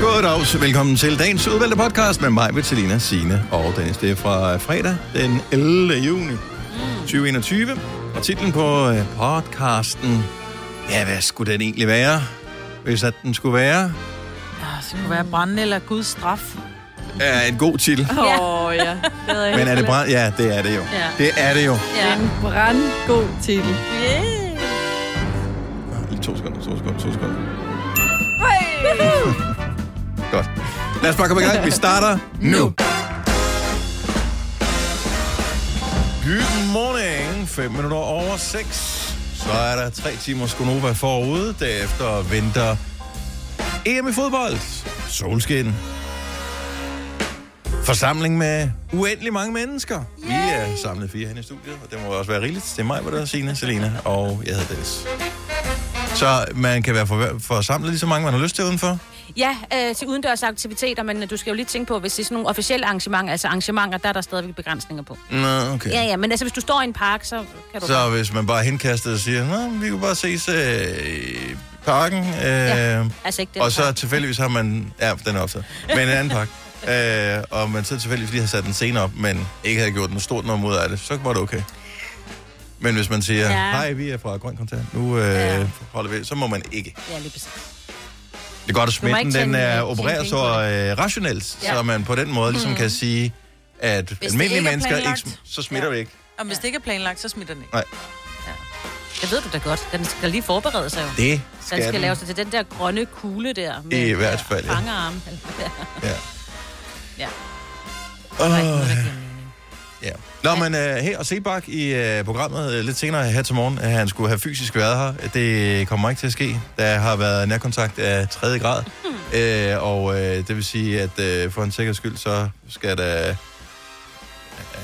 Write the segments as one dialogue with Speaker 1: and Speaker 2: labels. Speaker 1: Goddags, velkommen til dagens udvalgte podcast med mig, Bettelina, Sine og Dennis. Det er fra fredag den 11. juni 2021, og titlen på øh, podcasten, ja, hvad skulle den egentlig være, hvis at den skulle være,
Speaker 2: Ah, så det kunne være brændende eller Guds straf.
Speaker 1: er en god titel.
Speaker 3: Åh, oh, ja. ja.
Speaker 1: Men er det brand? Ja, det er det jo.
Speaker 2: Ja.
Speaker 1: Det er det jo.
Speaker 3: Ja. En brandgod titel.
Speaker 1: Lige to sekunder, to sekunder, to sekunder. Godt. Lad os bare komme i gang. Vi starter nu. Good morning. 5 minutter over 6. Så er der tre timers Gonova forude. Derefter venter EM i fodbold. Solskin. Forsamling med uendelig mange mennesker. Yay. Vi er samlet fire her i studiet, og det må også være rigeligt. Det er mig, hvor der er Signe, Selena, og jeg hedder Dennis. Så man kan være for- forsamlet lige så mange, man har lyst til udenfor.
Speaker 4: Ja, øh, til udendørs aktiviteter, men øh, du skal jo lige tænke på, hvis det er sådan nogle officielle arrangementer, altså arrangementer, der er der stadigvæk begrænsninger på.
Speaker 1: Nå, okay.
Speaker 4: Ja, ja, men altså hvis du står i en park, så kan du...
Speaker 1: Så hvis man bare henkastet og siger, Nå, vi kan bare ses øh, i parken, øh, ja,
Speaker 4: Altså ikke det.
Speaker 1: og så tilfældigvis har man, ja, den er optaget, men en anden pakke, øh, og man så tilfældigvis lige har sat en scene op, men ikke havde gjort noget stort noget mod af det, så var det okay. Men hvis man siger, ja.
Speaker 4: Ja.
Speaker 1: hej, vi er fra Grøn Kontant, nu øh,
Speaker 4: Ja.
Speaker 1: holder vi, så må man ikke.
Speaker 4: Ja, lige præcis.
Speaker 1: Det er godt, at
Speaker 4: må
Speaker 1: smitten
Speaker 4: ikke
Speaker 1: den
Speaker 4: tjene-
Speaker 1: er,
Speaker 4: tjene
Speaker 1: opererer
Speaker 4: penge
Speaker 1: så
Speaker 4: på
Speaker 1: øh, rationelt, ja.
Speaker 4: Ja.
Speaker 1: så man på den måde ligesom mm. kan sige, at Hvis almindelige
Speaker 2: ikke er
Speaker 1: mennesker, ikke,
Speaker 2: planlagt.
Speaker 1: sm- så smitter ja. vi ikke.
Speaker 2: Og hvis det ikke er planlagt, så smitter den ikke.
Speaker 1: Nej,
Speaker 4: Det ved du da godt. Den skal lige forberede sig jo. Den
Speaker 1: det
Speaker 4: skal,
Speaker 1: skal den.
Speaker 4: lave sig til den der grønne kugle der. Med
Speaker 1: I hvert fald, ja.
Speaker 4: Fangerarm. Ja.
Speaker 1: Ja.
Speaker 4: Ja. Nej, det
Speaker 1: Åh,
Speaker 4: må da ikke give mening.
Speaker 1: Ja. Nå, men uh, her og Sebak i uh, programmet uh, lidt senere her til morgen, at han skulle have fysisk været her. Det kommer ikke til at ske. Der har været nærkontakt af 3. grad. Uh, og uh, det vil sige, at uh, for en sikkerheds skyld, så skal der...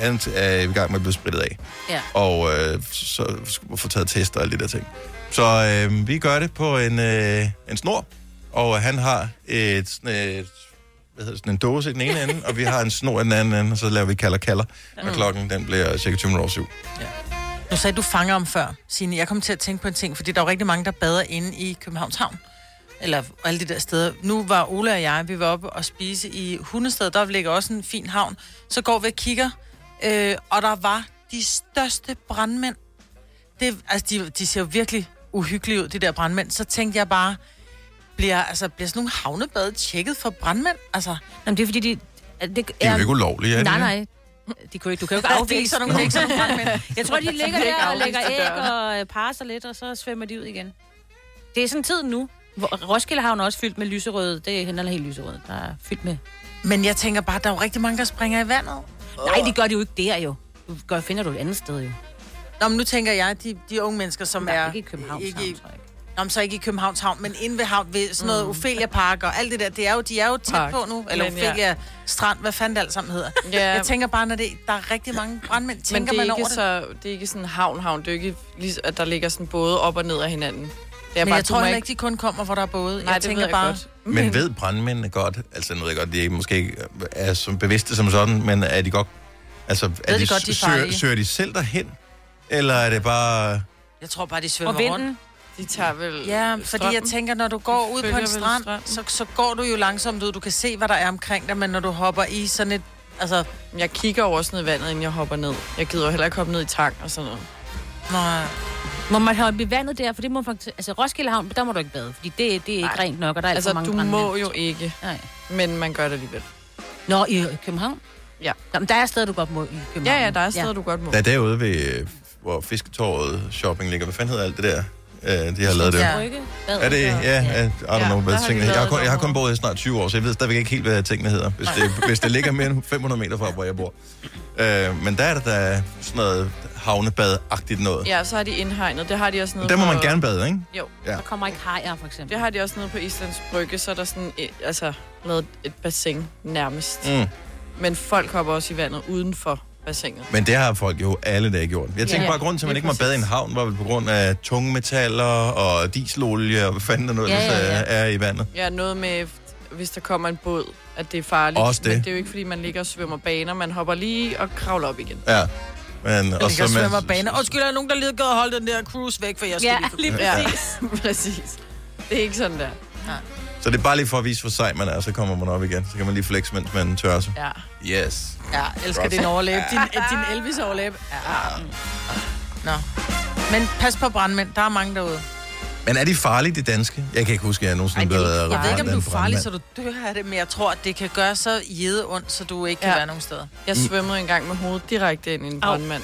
Speaker 1: Han er i gang med at blive spritet af.
Speaker 4: Ja.
Speaker 1: Og øh, så skal man få taget tester og alle de der ting. Så øh, vi gør det på en, øh, en snor. Og han har et, sådan et hvad hedder det, sådan en dåse i den ene ende, og vi har en snor i den anden ende, og så laver vi kalder kalder,
Speaker 2: Mm.
Speaker 1: og klokken den bliver cirka 20 minutter over syv.
Speaker 2: Nu sagde du fanger om før, Signe. Jeg kom til at tænke på en ting, fordi der er jo rigtig mange, der bader inde i Københavns Havn. Eller alle de der steder. Nu var Ola og jeg, vi var oppe og spise i Hundested. Der ligger også en fin havn. Så går vi og kigger, øh, og der var de største brandmænd. Det, altså, de, de ser jo virkelig uhyggelige ud, de der brandmænd. Så tænkte jeg bare, bliver, altså, bliver sådan nogle havnebade tjekket for brandmænd? Altså,
Speaker 4: Jamen, det er fordi, de... at Det,
Speaker 1: Det er jo ikke ulovligt, er det?
Speaker 4: Nej, nej. De kunne ikke, du kan jo ikke
Speaker 2: Det er
Speaker 4: afvise.
Speaker 2: ikke sådan nogle- det er ikke sådan nogle brandmænd.
Speaker 4: Jeg tror, de ligger
Speaker 3: Ikke
Speaker 4: der og
Speaker 3: afvise
Speaker 4: lægger
Speaker 3: til
Speaker 4: æg
Speaker 3: døren.
Speaker 4: og øh, parer sig lidt, og så svømmer de ud igen. Det er sådan tid nu. Hvor Roskilde Havn er også fyldt med lyserøde. Det er hende helt lyserøde, der er fyldt med.
Speaker 2: men jeg tænker bare, der er jo rigtig mange, der springer i vandet.
Speaker 4: Nej, det gør de jo ikke der jo. Du Gør, finder du et andet sted jo.
Speaker 2: Nå, men nu tænker jeg, de, de unge mennesker, som
Speaker 4: Der
Speaker 2: er...
Speaker 4: er ikke i København.
Speaker 2: Ikke,
Speaker 4: Ikke...
Speaker 2: i- Nå, men så ikke i Københavns Havn, men inde ved, havn, ved sådan noget mm. Ophelia Park og alt det der. Det er jo, de er jo tæt
Speaker 3: Park,
Speaker 2: på nu. Eller
Speaker 3: men ja.
Speaker 2: Ophelia Strand, hvad fanden det alt sammen hedder.
Speaker 3: Ja.
Speaker 2: Jeg tænker bare, når det, der er rigtig mange brandmænd,
Speaker 3: Men
Speaker 2: tænker
Speaker 3: det er,
Speaker 2: man over
Speaker 3: ikke
Speaker 2: det. Så...
Speaker 3: så, det er ikke sådan havn-havn. Det er jo ikke, lige- at der ligger sådan både op og ned af hinanden. Det er
Speaker 2: Men
Speaker 3: bare,
Speaker 2: jeg
Speaker 3: du
Speaker 2: tror
Speaker 3: må
Speaker 2: heller ikke, de kun kommer, hvor der er både.
Speaker 3: Nej,
Speaker 2: jeg
Speaker 3: det
Speaker 2: tænker
Speaker 3: ved jeg
Speaker 2: bare, Mm.
Speaker 3: godt.
Speaker 1: Men ved brandmændene godt, altså nu ved jeg godt, de er måske ikke er som bevidste som sådan, men er de godt, altså er
Speaker 2: de
Speaker 1: de,
Speaker 2: godt, de er
Speaker 1: søger,
Speaker 2: farlige?
Speaker 1: søger de selv derhen, eller er det bare...
Speaker 2: Jeg tror bare, de svømmer
Speaker 4: Og
Speaker 2: rundt.
Speaker 4: vinden.
Speaker 3: De tager vel
Speaker 2: Ja, fordi jeg
Speaker 3: strømmen.
Speaker 2: tænker, når du går
Speaker 3: De
Speaker 2: ud på
Speaker 3: følger
Speaker 2: en
Speaker 3: vel
Speaker 2: strand,
Speaker 3: strømmen.
Speaker 2: så, så går du jo langsomt ud. Du kan se, hvad der er omkring dig, men når du hopper i sådan et... Altså,
Speaker 3: Jeg kigger over sådan noget i vandet, inden jeg hopper ned. Jeg gider jo heller ikke hoppe ned i tang og sådan noget.
Speaker 2: når,
Speaker 4: Må man have op i vandet der? For det må faktisk... Altså Roskilde Havn, der må du ikke bade. Fordi det, det er ikke
Speaker 3: Nej.
Speaker 4: rent nok, og der er altså,
Speaker 3: Altså,
Speaker 4: alt for mange
Speaker 3: du
Speaker 4: brandmænd.
Speaker 3: må jo ikke,
Speaker 4: Nej.
Speaker 3: men man gør det alligevel.
Speaker 4: Nå, i København?
Speaker 3: Ja.
Speaker 4: Nå, men der er steder, du godt må i København.
Speaker 3: Ja, ja, der er steder, du godt må.
Speaker 1: Der er derude ved, øh, hvor Fisketåret shopping ligger. Hvad fanden hedder alt det der? Øh, de har lavet det.
Speaker 2: Ja.
Speaker 4: Brygge, bad,
Speaker 1: Er det, ja, ja. I don't
Speaker 3: Ja,
Speaker 1: know,
Speaker 3: der
Speaker 1: hvad
Speaker 3: har de
Speaker 1: tingene hedder. Jeg har
Speaker 3: lavet
Speaker 1: kun, jeg har kun
Speaker 3: et
Speaker 1: boet her i snart 20 år, så jeg ved stadigvæk ikke helt, hvad tingene hedder, hvis det, hvis det ligger mere end 500 meter fra, hvor jeg bor. Øh, men der er der da sådan noget havnebad-agtigt noget. Ja.
Speaker 3: Ja, så har de indhegnet. Det har de også nede
Speaker 1: Der må
Speaker 3: på-
Speaker 1: man gerne bade, ikke?
Speaker 3: Jo,
Speaker 4: Der kommer ikke hajer, for eksempel.
Speaker 3: det har de også nede på Islands Brygge, så er der sådan, et, altså, lavet et bassin nærmest.
Speaker 1: Mm.
Speaker 3: Men folk hopper også i vandet udenfor bassinet.
Speaker 1: Men det har folk jo alle dage gjort. Jeg tænker
Speaker 4: Ja,
Speaker 1: bare, at grunden til, at man
Speaker 3: lige
Speaker 1: ikke må bade i en
Speaker 3: præcis.
Speaker 1: havn, var vel på grund af tungmetaller og dieselolie og hvad fanden der nu
Speaker 4: Ja,
Speaker 1: ellers
Speaker 4: ja, ja.
Speaker 1: er- er i vandet.
Speaker 3: Ja, noget med, hvis der kommer en båd, at det er farligt.
Speaker 1: Også det.
Speaker 3: Men det er jo ikke, fordi man ligger og svømmer baner. Man hopper lige og kravler op igen.
Speaker 1: Ja. Men,
Speaker 2: Og
Speaker 1: så
Speaker 2: ligger og svømmer baner. Undskyld, er der nogen, der lige gad at holde den der cruise væk, for jeg skal
Speaker 4: Ja,
Speaker 2: lige...
Speaker 4: lige
Speaker 3: Ja, præcis. Det er ikke sådan der.
Speaker 1: Så det er bare lige for at vise, hvor sej man er, så kommer man op igen. Så kan man lige flex, mens man tør sig.
Speaker 2: Ja,
Speaker 1: Yes.
Speaker 2: ja elsker din overlæb. Din, din Elvis overlæb. Ja. Nå. Men pas på brandmænd, der er mange derude.
Speaker 1: Men er de farlige, de danske? Jeg kan ikke huske, at jeg nogensinde
Speaker 4: Ej,
Speaker 1: blev
Speaker 4: det er ikke
Speaker 1: ramt
Speaker 2: Jeg ved ikke, om
Speaker 1: af
Speaker 2: du
Speaker 1: en
Speaker 2: er farlig,
Speaker 1: brandmand.
Speaker 2: så du dør af det, men jeg tror, at det kan gøre så jede ondt, så du ikke kan
Speaker 3: Ja.
Speaker 2: være nogen steder.
Speaker 3: Jeg svømmede engang med hovedet direkte ind i en brandmand.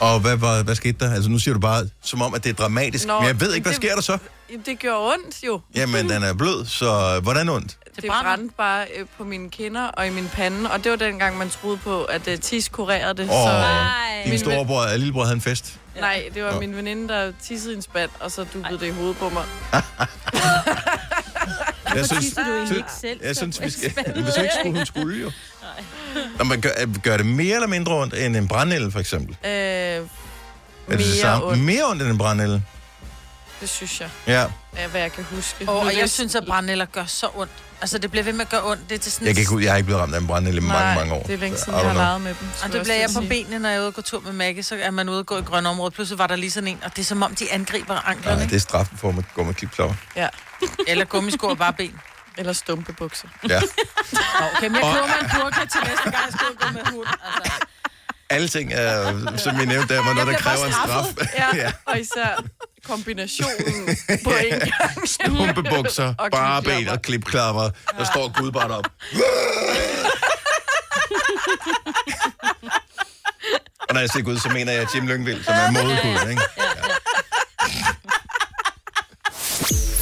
Speaker 1: Og hvad, hvad, hvad skete der? Altså, nu siger du bare, som om, at det er dramatisk.
Speaker 3: Nå,
Speaker 1: Nå, men jeg ved ikke, hvad
Speaker 3: det-
Speaker 1: sker der så?
Speaker 3: Jamen, Det gjorde ondt jo.
Speaker 1: Jamen, den er blød, så hvordan ondt?
Speaker 3: Det,
Speaker 2: brænder.
Speaker 3: brændte. bare øh, på mine kinder og i min pande, og det var dengang, man troede på, at øh, tis kurerede det.
Speaker 1: Åh,
Speaker 3: Så, øh,
Speaker 1: din
Speaker 3: Men-
Speaker 1: storebror og lillebror havde en fest.
Speaker 3: nej, det var
Speaker 1: Nå.
Speaker 3: min veninde, der tissede i en spand, og så duppede det i hovedet på mig.
Speaker 1: Jeg
Speaker 4: tisser du egentlig ikke selv?
Speaker 1: Jeg synes, vi skal... Hvis jeg ikke skulle, hun skulle jo. Når man gør, øh, gør det mere eller mindre ondt end en brændenælde, for eksempel.
Speaker 3: Øh,
Speaker 1: Er det det
Speaker 3: mere
Speaker 1: samme?
Speaker 3: ondt,
Speaker 1: Mere ondt end en brændenælde.
Speaker 3: det synes jeg,
Speaker 1: Ja.
Speaker 3: er, hvad jeg kan huske.
Speaker 2: Og,
Speaker 3: Nu
Speaker 2: og
Speaker 3: er
Speaker 2: jeg
Speaker 3: det-
Speaker 2: synes, at brændenælder gør så ondt. Altså, det bliver ved med at gøre ondt. Det er til sådan...
Speaker 1: Jeg, kan ikke, ud- jeg har ikke blevet ramt af en brændenælde i mange,
Speaker 3: Nej,
Speaker 1: mange år.
Speaker 3: det er længe
Speaker 1: Så,
Speaker 3: siden,
Speaker 1: I
Speaker 3: jeg har
Speaker 1: don't know.
Speaker 3: leget med dem.
Speaker 2: Og
Speaker 3: skulle
Speaker 2: det
Speaker 3: også
Speaker 2: bliver
Speaker 3: til
Speaker 2: jeg
Speaker 3: at
Speaker 2: på
Speaker 3: sige.
Speaker 2: benene, når jeg er ude og går tur med Maggie, så er man ude og gå i grønne områder. Pludselig var der lige sådan en, og det er som om, de angriber anklerne.
Speaker 1: Nej,
Speaker 2: ikke?
Speaker 1: det er straffen for, at man går med klipklapper.
Speaker 3: Ja,
Speaker 2: Eller gummisko og bare ben.
Speaker 3: eller stumpebukser.
Speaker 1: Ja.
Speaker 2: Okay, men jeg køber mig en burka til næste gang, jeg skal ud og gå med hund. Altså,
Speaker 1: Alle ting, øh, som jeg nævnte, der var noget, der kræver en straf.
Speaker 3: Ja, og især kombinationen på en gang.
Speaker 1: Pumpebukser,
Speaker 3: Og
Speaker 1: bare ben
Speaker 3: klipklapper.
Speaker 1: og klipklapper. Der står Gud bare op. Og når jeg siger Gud, så mener jeg Jim Lyngvild, som er modeguden, ikke?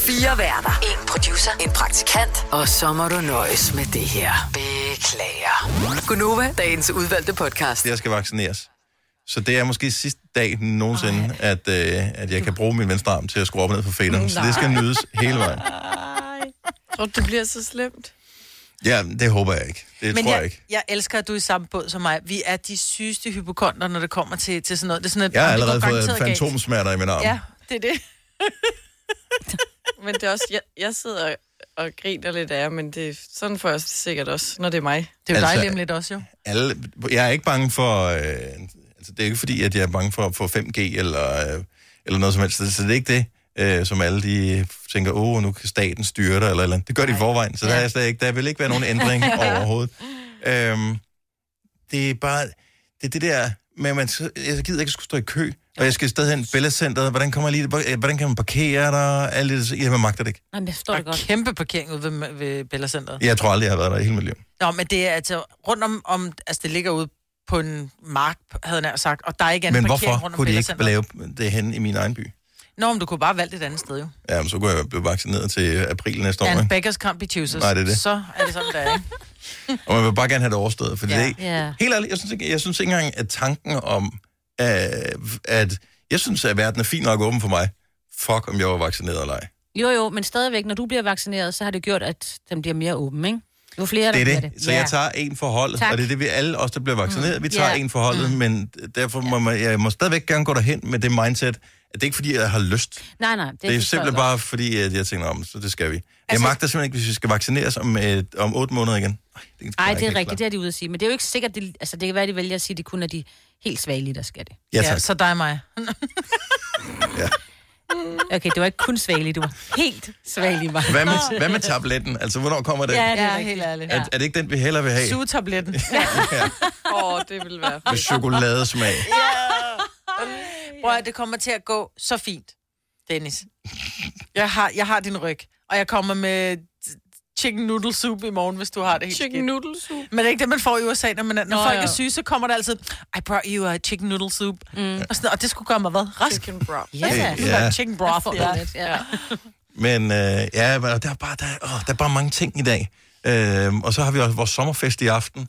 Speaker 5: Fire værter. En producer. En praktikant. Og så må du nøjes med det her. Beklager. Gunova, dagens udvalgte podcast.
Speaker 1: Jeg skal vaccineres. Så det er måske sidste dag nogensinde, at, øh, at jeg kan bruge min venstre arm til at skrue op og ned for fæderen. Så det skal nydes hele vejen.
Speaker 3: Tror du, det bliver så slemt?
Speaker 1: Ja, det håber jeg ikke. Det
Speaker 2: Men
Speaker 1: tror jeg,
Speaker 2: jeg,
Speaker 1: ikke.
Speaker 2: jeg elsker, at du er i samme båd som mig. Vi er de sygeste hypokonter, når det kommer til, til sådan noget. Det er sådan, at,
Speaker 1: Jeg har
Speaker 2: om det går
Speaker 1: allerede fået
Speaker 2: garanteret galt.
Speaker 1: fantomsmerter i min arm.
Speaker 2: Ja, det er det.
Speaker 3: Men det er også, jeg, jeg sidder og griner lidt af jer, men det, er- sådan får jeg sikkert også, når det er mig.
Speaker 2: Det er jo
Speaker 1: Altså-
Speaker 2: dejligt om lidt også, jo.
Speaker 1: alle, jeg er ikke bange for... Øh, altså, det er ikke fordi, at jeg er bange for, for 5G eller, øh, eller noget som helst. Så, så det er ikke det, øh, som alle de tænker, åh, nu kan staten styre dig, eller, et eller andet. Det gør de i forvejen, så der, er jeg slet ikke, der vil ikke være nogen ændring overhovedet. Øhm, det er bare... Det er det der med, at man, så- jeg gider ikke skulle stå i kø, og jeg skal stadig hen til Bella Center. Hvordan, kommer jeg lige, øh, hvordan kan man parkere der? Alt det, der- jamen, magter det ikke.
Speaker 4: Nej, men jeg forstår
Speaker 2: Der
Speaker 4: det
Speaker 2: er
Speaker 4: godt.
Speaker 2: kæmpe parkering ude ved, ved Bella Center.
Speaker 1: Jeg tror aldrig, jeg har været der i hele mit liv.
Speaker 2: Nå, men det er altså rundt om, om altså det ligger ude på en mark, havde jeg nær sagt, og der er ikke
Speaker 1: Men
Speaker 2: andet parkering
Speaker 1: hvorfor
Speaker 2: rundt om
Speaker 1: kunne de
Speaker 2: Bella
Speaker 1: ikke
Speaker 2: Center.
Speaker 1: lave det hen i min egen by?
Speaker 2: Nå, men du kunne bare valge et andet sted, jo.
Speaker 1: Ja, men så kunne jeg blive vaccineret til øh, april næste år.
Speaker 2: Ja, en
Speaker 1: Ikke?
Speaker 2: beggars can't be choosers.
Speaker 1: Nej, det er det.
Speaker 2: Så er det sådan, der er, ikke?
Speaker 1: Og man vil bare gerne have det overstået. Fordi ja.
Speaker 2: Ja.
Speaker 1: det,
Speaker 4: Ja.
Speaker 1: helt ærligt, jeg synes, ikke, jeg synes ikke engang, at tanken om, øh, at jeg synes, at verden er fin nok åben for mig. Fuck, om jeg var vaccineret eller ej.
Speaker 4: Jo, jo, men stadigvæk, når du bliver vaccineret, så har det gjort, at den bliver mere åben, ikke? Jo flere, der
Speaker 1: Det er
Speaker 4: bliver
Speaker 1: det. Så jeg tager en for holdet,
Speaker 4: Tak.
Speaker 1: og det er det, vi alle os, der bliver vaccineret. Vi tager
Speaker 4: Ja.
Speaker 1: en for holdet, men derfor må man, jeg må stadigvæk gerne gå derhen med det mindset, at det er ikke fordi, jeg har lyst.
Speaker 4: Nej, nej, det,
Speaker 1: Det er
Speaker 4: forstår jeg
Speaker 1: simpelthen
Speaker 4: godt.
Speaker 1: bare fordi, at jeg tænker om, så det skal vi. Jeg magter simpelthen ikke, hvis vi skal vaccineres om, øh, om 8 måneder igen. Ej, det,
Speaker 4: Nej, det er rigtigt, det er de ude at sige. Men det er jo ikke sikkert, det, altså det kan være, de vælger at sige, at det kun er de helt svagelige, der skal det.
Speaker 1: Ja, tak.
Speaker 2: så dig og mig.
Speaker 4: Okay, det var ikke kun svagelige, du var helt svagelige, var.
Speaker 1: Hvad med, hvad med tabletten? Altså, hvornår kommer den?
Speaker 4: Ja,
Speaker 1: Ja.
Speaker 4: det er
Speaker 2: Ja,
Speaker 4: rigtigt.
Speaker 2: helt ærligt.
Speaker 1: Er, er det ikke den, vi hellere vil have?
Speaker 2: Sugetabletten.
Speaker 3: Åh, oh, det vil være
Speaker 1: Med chokoladesmag.
Speaker 2: Prøv at det kommer til at gå så fint, Dennis. Jeg har, jeg har din ryg, og jeg kommer med chicken noodle soup i morgen, hvis du har det helt
Speaker 3: Chicken
Speaker 2: skidt.
Speaker 3: noodle soup.
Speaker 2: Men det er ikke det, man får i USA, når, man, når
Speaker 4: Nå,
Speaker 2: folk
Speaker 4: ja.
Speaker 2: er syge, så kommer der altid, I brought you a chicken noodle soup. Mm. Og, sådan, og det skulle gøre mig hvad? Rask.
Speaker 3: Chicken broth.
Speaker 4: Ja,
Speaker 1: Øh,
Speaker 4: ja.
Speaker 2: Nu
Speaker 1: ja.
Speaker 2: var det chicken broth.
Speaker 4: Ja.
Speaker 2: Ja.
Speaker 4: Ja.
Speaker 1: Men øh, ja, men der er, bare, der, er- åh, der er bare mange ting i dag. Øh, og så har vi også vores sommerfest i aften.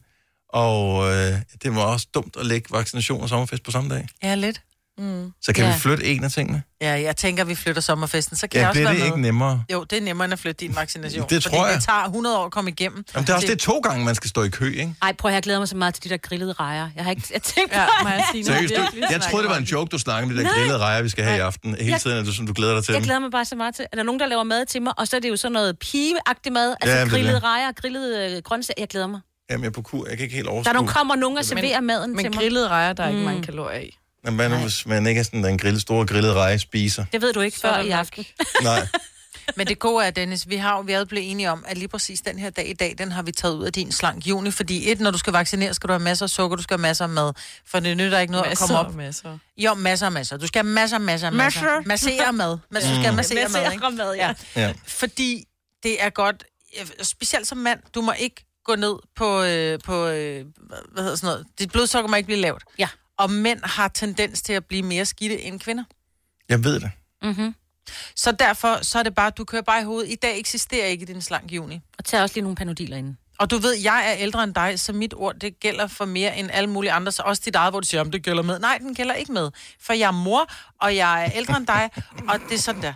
Speaker 1: Og øh, det var også dumt at lægge vaccination og sommerfest på samme dag.
Speaker 2: ja, lidt. Mm.
Speaker 1: Så kan
Speaker 4: Ja.
Speaker 1: ja. vi flytte en af tingene?
Speaker 2: Ja, jeg tænker, vi flytter sommerfesten, så kan jeg
Speaker 1: Ja,
Speaker 2: også
Speaker 1: bliver
Speaker 2: være
Speaker 1: det
Speaker 2: med.
Speaker 1: ikke nemmere?
Speaker 2: Jo, det er nemmere end at flytte din vaccination.
Speaker 1: Det tror
Speaker 2: fordi
Speaker 1: jeg.
Speaker 2: det tager 100 år at komme igennem.
Speaker 1: Jamen, det er også det to gange, man skal stå i kø, ikke?
Speaker 4: Ej, prøv at høre, jeg glæder mig så meget til de der grillede rejer. Jeg har ikke jeg tænkt på,
Speaker 3: Ja, må jeg sige noget
Speaker 1: Seriøst, du,
Speaker 3: virkelig
Speaker 1: jeg troede, det var en joke, du snakkede om, det der grillede rejer, vi skal have i aften. Hele
Speaker 4: Jeg-
Speaker 1: tiden, at du, sådan, du glæder dig til
Speaker 4: jeg
Speaker 1: dem.
Speaker 4: glæder mig bare så meget til, at der er nogen, der laver mad til mig, og så er det jo sådan noget pigeagtig mad, altså
Speaker 1: Ja,
Speaker 4: ja,
Speaker 1: det er
Speaker 4: grillede
Speaker 1: det.
Speaker 4: rejer, grillede øh, grøntsager, jeg glæder mig.
Speaker 1: Jamen, jeg er på kur, jeg kan ikke helt
Speaker 4: Der
Speaker 1: overskue.
Speaker 4: er nogen, kommer nogen og serverer maden til
Speaker 3: Men
Speaker 4: mig. Mm.
Speaker 3: grillede rejer, der er ikke mange kalorier i.
Speaker 1: Jamen, hvad nu, hvis man ikke er sådan en grill, store grillede reje spiser?
Speaker 4: Det ved du ikke
Speaker 3: er
Speaker 4: før
Speaker 3: der
Speaker 4: i
Speaker 3: nok.
Speaker 4: aften.
Speaker 1: Nej.
Speaker 2: Men det gode er, Dennis, vi har jo vi er blevet enige om, at lige præcis den her dag i dag, den har vi taget ud af din slank juni, fordi et, når du skal vaccinere, skal du have masser af sukker, du skal have masser af mad, for det nytter ikke noget
Speaker 3: Masser
Speaker 2: at komme op.
Speaker 3: og masser.
Speaker 2: Jo, masser og masser. Du skal have masser og masser og masser.
Speaker 4: Masser.
Speaker 2: Massere mad. Mas- du skal have massere mad, ikke?
Speaker 4: mad, ja.
Speaker 1: Ja.
Speaker 2: Fordi det er godt, specielt som mand, du må ikke gå ned på, øh, på øh, hvad hedder sådan noget, dit blodsukker må ikke blive lavt.
Speaker 4: Ja.
Speaker 2: Og mænd har tendens til at blive mere skidte end kvinder.
Speaker 1: Jeg ved det.
Speaker 4: Mm-hmm.
Speaker 2: Så derfor, så er det bare, at du kører bare i hovedet. I dag eksisterer ikke din slank juni.
Speaker 4: Og tag også lige nogle panodiler inden.
Speaker 2: Og du ved, jeg er ældre end dig, så mit ord, det gælder for mere end alle mulige andre. Så også dit eget, hvor du siger, om det gælder med. Nej, den gælder ikke med. For jeg er mor, og jeg er ældre end dig, og det er sådan der.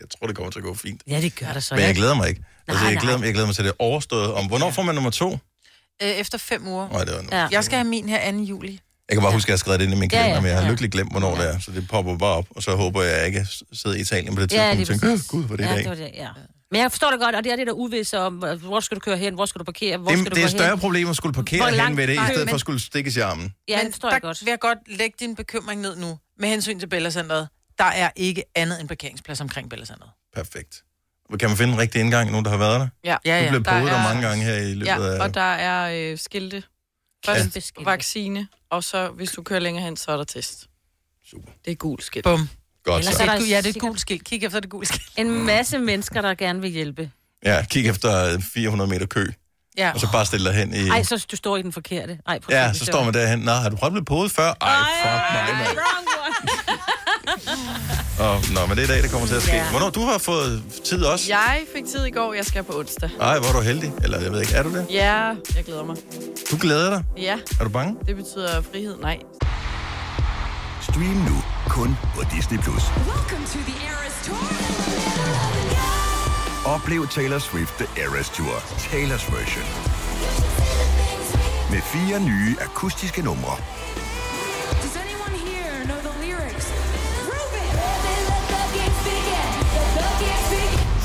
Speaker 1: Jeg tror, det kommer til at gå fint.
Speaker 4: Ja, det gør der så.
Speaker 1: Men jeg
Speaker 4: Ja.
Speaker 1: glæder mig ikke.
Speaker 4: Nej,
Speaker 1: Altså, jeg,
Speaker 4: nej.
Speaker 1: glæder, jeg glæder mig til det overstået. Om, hvornår får man nummer to?
Speaker 2: Øh, efter fem uger.
Speaker 1: Nej, det var nu.
Speaker 4: Ja.
Speaker 2: Jeg skal have min her 2. juli.
Speaker 1: Jeg kan bare huske, at jeg har skrevet det ind i min
Speaker 4: Ja,
Speaker 1: kalender,
Speaker 4: ja,
Speaker 1: men jeg har
Speaker 4: ja.
Speaker 1: lykkeligt glemt, hvornår det er. Så det popper bare op, og så håber jeg, at jeg ikke sidder i Italien på det
Speaker 4: Ja,
Speaker 1: tidspunkt.
Speaker 4: lige
Speaker 1: og tænker,
Speaker 4: præcis.
Speaker 1: "Åh, gud, hvor det er
Speaker 4: ja,
Speaker 1: i
Speaker 4: det
Speaker 1: dag.
Speaker 4: var det, ja. Men jeg forstår det godt, og det er det der uvisse om, hvor skal du køre hen, hvor skal du parkere, hvor
Speaker 1: Det,
Speaker 4: skal du
Speaker 1: det er
Speaker 4: gå
Speaker 1: et større
Speaker 4: hen.
Speaker 1: problem at skulle
Speaker 4: Hvor
Speaker 1: parkere
Speaker 4: langt
Speaker 1: hen ved det, i
Speaker 4: var det?
Speaker 1: stedet for at
Speaker 4: Men-
Speaker 1: skulle stikkes i armen.
Speaker 4: Ja, det forstår
Speaker 2: der
Speaker 4: jeg godt.
Speaker 2: vil jeg godt lægge din bekymring ned nu, med hensyn til Bellacenteret. Der er ikke andet end parkeringsplads omkring Bellacenteret.
Speaker 1: Perfekt. Kan man finde en rigtig indgang, nogen der har været der?
Speaker 3: Ja.
Speaker 2: Ja,
Speaker 1: Du
Speaker 2: ja.
Speaker 1: blev
Speaker 3: der
Speaker 1: podet der
Speaker 3: er-
Speaker 1: mange gange her i løbet
Speaker 3: ja,
Speaker 1: af...
Speaker 3: og der er øh, skilte. Først
Speaker 4: Kæmpe
Speaker 3: ja.
Speaker 4: skilte.
Speaker 3: vaccine, og så hvis du kører længere hen, så er der test.
Speaker 1: Super.
Speaker 3: Det er gul skilt.
Speaker 2: Bum.
Speaker 1: Godt
Speaker 4: Ellers
Speaker 1: så.
Speaker 4: er der-
Speaker 2: Det er et gu- Ja, det er et gult skilt. Kig efter det gule skilt.
Speaker 4: En masse mennesker, der gerne vil hjælpe.
Speaker 1: Ja, kig efter øh, 400 meter kø,
Speaker 2: Ja.
Speaker 1: og så bare stille dig hen i...
Speaker 4: Ej, så du står i den forkerte. Ej, prøv at
Speaker 1: Ja,
Speaker 4: se,
Speaker 1: så
Speaker 4: det
Speaker 1: står
Speaker 4: er-
Speaker 1: man derhen. Nå, har du prøvet at blive podet før? Ej, fuck mig, mand.
Speaker 4: Wrong one.
Speaker 1: Oh, nå, men det er i dag, det kommer til at ske.
Speaker 4: Ja.
Speaker 1: Hvornår du har fået tid også?
Speaker 3: Jeg fik tid i går, jeg skal på onsdag.
Speaker 1: Ej, hvor er du heldig. Eller jeg ved ikke, er du det?
Speaker 3: Ja, jeg glæder mig.
Speaker 1: Du glæder dig.
Speaker 3: Ja,
Speaker 1: Er du bange?
Speaker 3: det betyder frihed. Nej,
Speaker 6: Stream nu kun på Disney+. Plus. Oplev Taylor Swift The Eras Tour, Taylor's version. Med fire nye akustiske numre.
Speaker 7: Does anyone here know the lyrics? Prove it! let the games begin. Let the games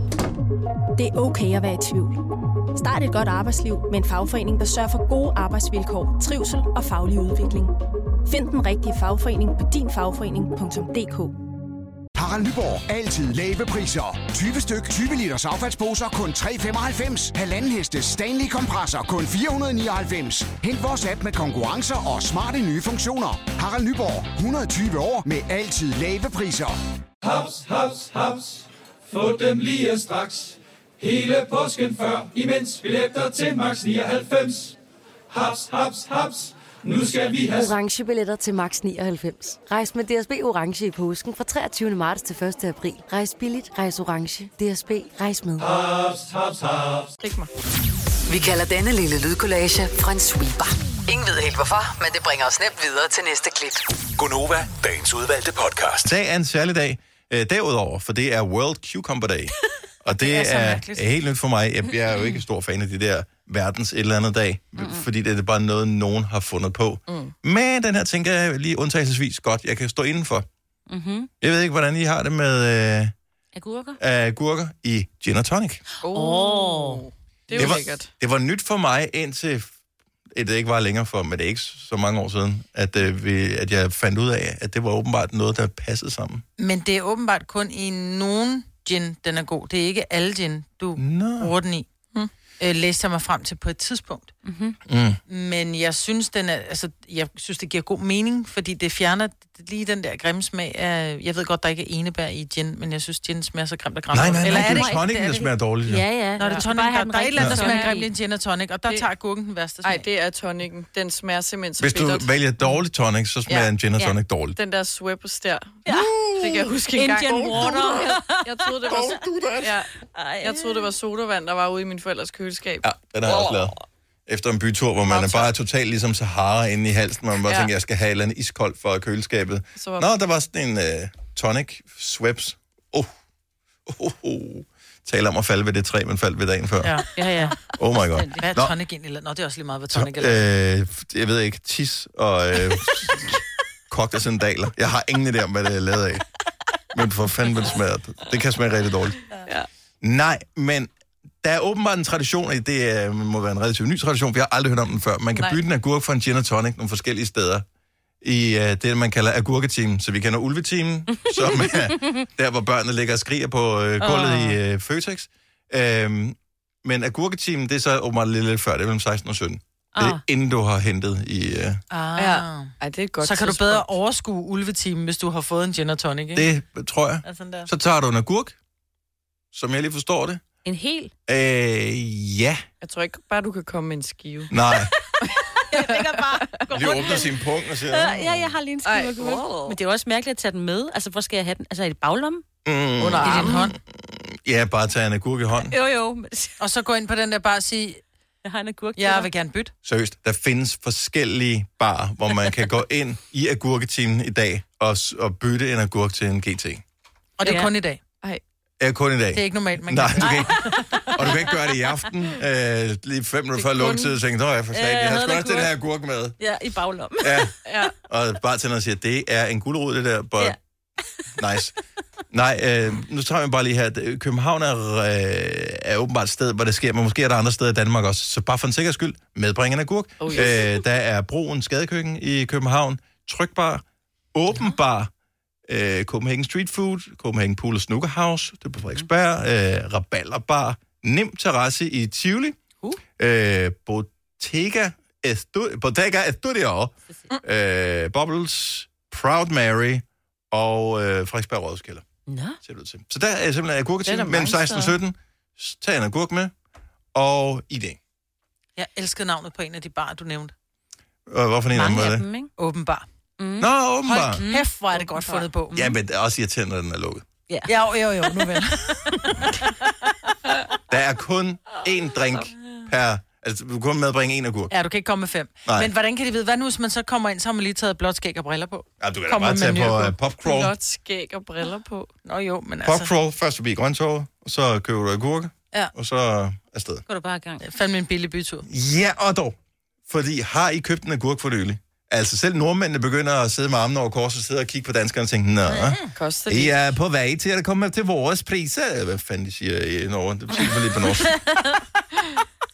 Speaker 8: Det er okay at være i tvivl. Start et godt arbejdsliv med en fagforening, der sørger for gode arbejdsvilkår, trivsel og faglig udvikling. Find den rigtige fagforening på dinfagforening.dk.
Speaker 9: Harald Nyborg. Altid lave priser. 20 styk, 20 liters affaldsposer kun 3,95. Halvanden heste Stanley kompresser kun 499. Hent vores app med konkurrencer og smarte nye funktioner. Harald Nyborg. 120 år med altid lave priser.
Speaker 10: Haps, haps, haps. Få dem lige straks. Hele påsken før, imens billetter til max 99. Haps, haps, haps. Nu skal vi have
Speaker 11: Orange billetter til max 99. Rejs med DSB Orange i påsken fra 23. marts til 1. april. Rejs billigt, rejs orange. DSB, rejs med.
Speaker 3: stik mig.
Speaker 5: Vi kalder denne lille lydkollage en sweeper. Ingen ved helt hvorfor, men det bringer os nemt videre til næste klip.
Speaker 6: Gonova, dagens udvalgte podcast.
Speaker 1: I dag er en særlig dag øh, derudover, for det er World Cucumber Day. Og det, det
Speaker 2: er så
Speaker 1: er,
Speaker 2: mærkeligt.
Speaker 1: er helt nyt for mig. Jeg, jeg er jo ikke stor fan af de der verdens et eller andet dag, fordi det er bare noget, nogen har fundet på. Mm. Men den her tænker jeg lige undtagelsesvis godt, jeg kan stå indenfor. Mm-hmm. Jeg ved ikke, hvordan I har det med øh,
Speaker 4: Agurker?
Speaker 1: agurker i gin og tonic.
Speaker 3: Oh. Det er
Speaker 1: det,
Speaker 3: jo
Speaker 1: var,
Speaker 3: lækkert.
Speaker 1: det var nyt for mig indtil, eh, det ikke var længere for, men det er ikke så mange år siden, at, øh, vi, at jeg fandt ud af, at det var åbenbart noget, der passede sammen.
Speaker 2: Men det er åbenbart kun i nogen gin, den er god. Det er ikke alle gin, du
Speaker 1: Nå.
Speaker 2: bruger den i. Mm. Øh, læste jeg mig frem til på et tidspunkt. Mm-hmm. Mm. Men jeg synes, den er, altså, jeg synes, det giver god mening, fordi det fjerner lige den der grimme smag af... Jeg ved godt, der ikke er enebær i gin, men jeg synes, gin smager så grimt og grimt.
Speaker 1: Nej, nej, nej,
Speaker 2: Eller er
Speaker 1: det
Speaker 2: det
Speaker 1: er
Speaker 2: ikke?
Speaker 1: tonicen, der smager dårligt. jo.
Speaker 4: Ja, ja.
Speaker 2: Nå, det er
Speaker 4: Du skal
Speaker 2: tonic,
Speaker 4: bare
Speaker 2: der,
Speaker 4: have
Speaker 2: der,
Speaker 4: den
Speaker 2: der er et eller andet, der
Speaker 4: rigtige
Speaker 2: smager
Speaker 4: tonic
Speaker 2: grimt i en gin og tonic, og der det... tager gurken den værste smag.
Speaker 3: Nej, det er tonikken. Den smager simpelthen så
Speaker 1: Hvis du
Speaker 3: bittert.
Speaker 1: vælger dårlig tonic, så smager
Speaker 3: Ja.
Speaker 1: en gin og tonic dårligt.
Speaker 3: Den der Sweppers der. Ja. Det kan jeg huske en gang.
Speaker 4: Indian water.
Speaker 3: Jeg troede, det var, ja, jeg troede, det var sodavand, der var ude i min forældres køleskab.
Speaker 1: Ja, den har jeg også lavet. Efter en bytur, hvor man er bare totalt ligesom Sahara inde i halsen, hvor man bare
Speaker 3: Ja.
Speaker 1: ja. tænker, jeg skal have et eller andet iskoldt for køleskabet.
Speaker 3: Så
Speaker 1: Nå,
Speaker 3: var-
Speaker 1: der var sådan en øh, tonic, Schweppes. Oh. Oh, oh, oh. Taler om at falde ved det træ, man faldt ved dagen før.
Speaker 2: Ja.
Speaker 4: Ja, ja.
Speaker 1: Oh my god.
Speaker 2: Hvad er
Speaker 1: Nå,
Speaker 2: tonic egentlig? Nå, det er også lige meget, hvad tonic er.
Speaker 1: øh, jeg ved ikke, tis og øh, kogte sandaler. Jeg har ingen idé om, hvad det er lavet af. Men for fanden, hvor det smager. Det kan smage rigtig dårligt.
Speaker 3: Ja.
Speaker 1: Nej, men der er åbenbart en tradition, og det øh, må være en relativt ny tradition, for jeg har aldrig hørt om den før. Man kan
Speaker 12: Nej.
Speaker 1: Nej. bytte en agurk for en gin og tonic nogle forskellige steder i øh, det, man kalder agurketimen. Så vi kender ulvetimen, som er der, hvor børnene ligger og skriger på øh, gulvet
Speaker 12: Åh.
Speaker 1: oh. i øh, Føtex. Øhm, men agurketimen, det er så åbenbart lidt, lidt før, det er mellem 16 og 17. Det er
Speaker 2: Ah.
Speaker 1: inden du har hentet i... Øh,
Speaker 2: Ah. Ja.
Speaker 3: Ej, det er et
Speaker 1: godt
Speaker 2: Så kan du
Speaker 1: tidspunkt.
Speaker 2: bedre overskue ulvetimen, hvis du har fået en gin og tonic, ikke?
Speaker 1: det tror jeg.
Speaker 2: Er sådan der.
Speaker 1: Så tager du en agurk, som jeg lige forstår det.
Speaker 4: En hel?
Speaker 1: Øh, ja.
Speaker 3: Jeg tror ikke bare, du kan komme med en skive.
Speaker 1: Nej.
Speaker 4: Jeg ligger bare... Gå
Speaker 1: Lige åbner sin pung og siger...
Speaker 4: Øh, Ja, ja, jeg har lige en
Speaker 3: Ej,
Speaker 4: skive wow. Men det er jo også mærkeligt at tage den med. Altså, hvor skal jeg have den? Altså, i et baglom?
Speaker 1: Mm,
Speaker 4: Under I din armen. hånd?
Speaker 1: Ja, bare tage en agurk i hånden.
Speaker 4: Jo, jo.
Speaker 2: Og så gå ind på den der bare og sige...
Speaker 4: Jeg har en agurk til
Speaker 2: Jeg
Speaker 4: dig."
Speaker 2: vil gerne bytte.
Speaker 1: Seriøst, der findes forskellige barer, hvor man kan gå ind i agurketimen i dag og, s- og bytte en agurk til en GT.
Speaker 2: Og det er
Speaker 1: Ja.
Speaker 2: kun i dag.
Speaker 3: Ej.
Speaker 1: Ja, Øh, kun i dag.
Speaker 2: Det er ikke normalt, man
Speaker 1: Nej,
Speaker 2: kan.
Speaker 1: du kan ikke. Og du kan ikke gøre det i aften, øh, lige fem minutter før
Speaker 4: kun-
Speaker 1: lukketid, og tænke, nå, jeg får
Speaker 4: Ja,
Speaker 1: slet ikke,
Speaker 4: jeg
Speaker 1: jeg har
Speaker 4: havde
Speaker 1: sgu
Speaker 4: en
Speaker 1: også den her
Speaker 4: agurk."
Speaker 1: agurk med.
Speaker 4: Ja, i baglom.
Speaker 1: Ja.
Speaker 4: ja.
Speaker 1: Og bartenderen siger, det er en gulerod, det der, but ja. nice. Nej, øh, nu tager jeg bare lige her. at København er, øh, er åbenbart et sted, hvor det sker, men måske er der andre steder i Danmark også. Så bare for en sikker skyld, medbring en agurk.
Speaker 12: Oh, yes.
Speaker 1: øh, der er Broen Skadekøkken i København, Trykbar, Åben Bar, øh, Copenhagen Street Food, Copenhagen Pool og Snooker House, det er på Frederiksberg,
Speaker 2: Mm.
Speaker 1: øh, Rabalderbar, Nem Terrasse i Tivoli, uh. øh, Bottega Estu- Bottega Estudio, øh, Bubbles, Proud Mary og øh, Frederiksberg Rådskælder.
Speaker 4: Nå.
Speaker 1: Ser det ud til. Så der er simpelthen
Speaker 2: Det er
Speaker 1: agurketiden
Speaker 2: der
Speaker 1: mellem
Speaker 2: mange
Speaker 1: 16 og
Speaker 2: steder.
Speaker 1: 17. Tag en agurk med, og ID.
Speaker 2: Jeg elskede navnet på en af de bar, du nævnte.
Speaker 1: Og hvorfor en af dem var det?
Speaker 2: ikke? Åbenbar. Mm.
Speaker 1: Nå, åbenbar.
Speaker 2: Hold kæft, hvor er det godt fundet på.
Speaker 1: Ja, men det er også irriterende, når den er lukket.
Speaker 4: Ja.
Speaker 2: Jo, jo, jo, nu vel.
Speaker 1: Der er kun én drink per... Altså, du kan kun medbringe én agurk.
Speaker 2: Ja, du kan ikke komme med fem.
Speaker 1: Nej.
Speaker 2: Men hvordan kan de vide? Hvad nu, hvis man så kommer ind, så har man lige taget blåt skæg og briller på?
Speaker 1: Ja, du kan da
Speaker 2: Kommer
Speaker 1: bare
Speaker 2: med
Speaker 1: tage
Speaker 2: en ny
Speaker 1: på
Speaker 2: agurk. altså.
Speaker 1: øh, popcrawl.
Speaker 3: Blot skæg og briller på.
Speaker 2: Nå jo, men altså...
Speaker 1: Popcrawl, først forbi Grøntorvet, og så køber du agurke,
Speaker 2: Ja,
Speaker 1: og så afsted.
Speaker 2: går du bare i gang. Fandme en billig bytur.
Speaker 1: Ja, og dog. Fordi har I købt en agurk for nylig? Altså selv nordmændene begynder at sidde med armene over kors og sidde og kigge på danskerne og tænke, Nå,
Speaker 3: Koster
Speaker 1: I er på vej til at komme til vores priser. Hvad fanden de siger i Norge? Det siger de lidt på norsk.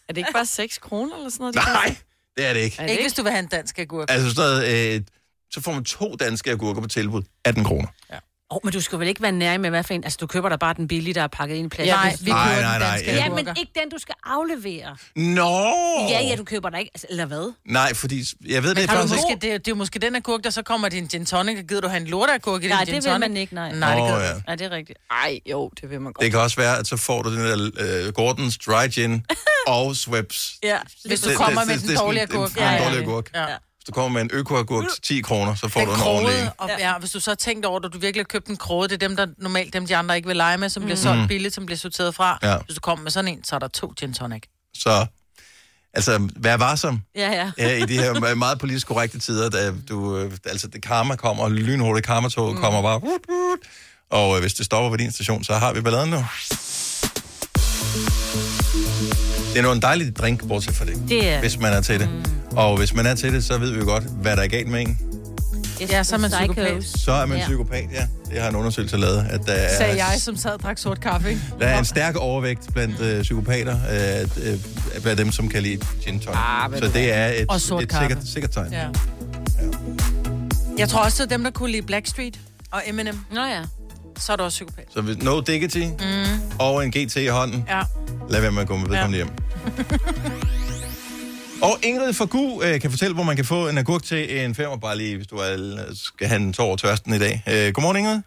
Speaker 3: er det ikke bare 6 kroner eller sådan noget? de
Speaker 1: Nej,
Speaker 3: koster?
Speaker 1: det er det ikke.
Speaker 2: Ikke, hvis du vil have en dansk agurk.
Speaker 1: Altså sådan noget, øh, så får man to danske agurker på tilbud. 18 kroner.
Speaker 4: Åh, oh, men du skal vel ikke være nær med, hvad for en... Altså, du køber der bare den billige, der er pakket ind i plastik.
Speaker 2: Ja, Nej, vi
Speaker 1: Nej, køber den nej, nej, danske ja.
Speaker 4: Ja,
Speaker 2: agurker.
Speaker 4: men ikke den, du skal aflevere.
Speaker 1: Nå!
Speaker 4: Ja, ja, du køber der ikke. Altså, eller hvad?
Speaker 1: Nej, fordi jeg ved det
Speaker 2: Har du
Speaker 1: faktisk
Speaker 2: måske,
Speaker 1: ikke.
Speaker 2: det, er- det er jo måske den agurk, der så kommer din gin tonic, og gider du have en lorteagurk i
Speaker 4: Nej,
Speaker 2: din gin
Speaker 4: det
Speaker 2: tonic?
Speaker 4: vil man ikke, nej.
Speaker 2: Nej, det
Speaker 1: Åh,
Speaker 2: gider
Speaker 1: ja.
Speaker 2: oh,
Speaker 4: Nej, det er rigtigt.
Speaker 3: Ej, jo, det vil man godt.
Speaker 1: Det kan også være, at så får du den der øh, Gordons Dry Gin og Sweps.
Speaker 3: Ja,
Speaker 2: hvis du
Speaker 1: Det-
Speaker 2: kommer
Speaker 1: det-
Speaker 2: med
Speaker 1: det-
Speaker 2: den
Speaker 1: det er sådan
Speaker 2: dårlige
Speaker 1: en-
Speaker 2: agurk.
Speaker 1: en dårlig agurk.
Speaker 2: Ja.
Speaker 1: Hvis du kommer med en økoagurk til 10 kroner, så får du en ordentlig. en.
Speaker 2: og, ja, hvis du så har tænkt over det, og du virkelig har købt en kroge, det er dem, der normalt dem, de andre ikke vil lege med, som bliver
Speaker 1: Mm.
Speaker 2: solgt
Speaker 1: Mm.
Speaker 2: billigt, som bliver sorteret fra.
Speaker 1: Ja.
Speaker 2: Hvis du kommer med sådan en, så er der to gin tonic.
Speaker 1: Så altså, vær varsom
Speaker 4: Ja, ja.
Speaker 1: ja, i de her meget politisk korrekte tider. Da du, øh, altså, det karma kommer, og lynhurtigt karmatoget mm. kommer bare. Wut, wut. Og øh, hvis det stopper ved din station, så har vi balladen nu. Det er nu en dejlig drink, bortset fra det.
Speaker 2: Det er-
Speaker 1: Hvis man er til det. Mm. Og hvis man er til det, så ved vi jo godt, hvad der er galt med en.
Speaker 2: Ja, så er man psykopat.
Speaker 1: Så er man ja. psykopat, ja. Det har en undersøgelse lavet, at der er...
Speaker 2: Sagde jeg, som sad og drak sort kaffe, ikke?
Speaker 1: Der er en stærk overvægt blandt øh, psykopater, øh, øh, blandt dem, som kan lide gin tonic.
Speaker 2: Ah, hvad
Speaker 1: så
Speaker 2: du
Speaker 1: det
Speaker 2: er.
Speaker 1: er et,
Speaker 2: Og sort
Speaker 1: et
Speaker 2: kaffe.
Speaker 1: sikkert, sikkert tegn.
Speaker 2: Ja. Jeg tror også, det er dem, der kunne lide Blackstreet og Eminem.
Speaker 4: Nå ja.
Speaker 2: Så er du også psykopat.
Speaker 1: Så hvis- no diggity
Speaker 2: Mm.
Speaker 1: og en GT i hånden.
Speaker 2: Ja.
Speaker 1: Lad være med at gå med vedkommende ja. hjem. Og Ingrid fra Gu øh, kan fortælle, hvor man kan få en agurk til en femmer, bare lige, hvis du er, skal have en tår over tørsten i dag. Øh, godmorgen, Ingrid.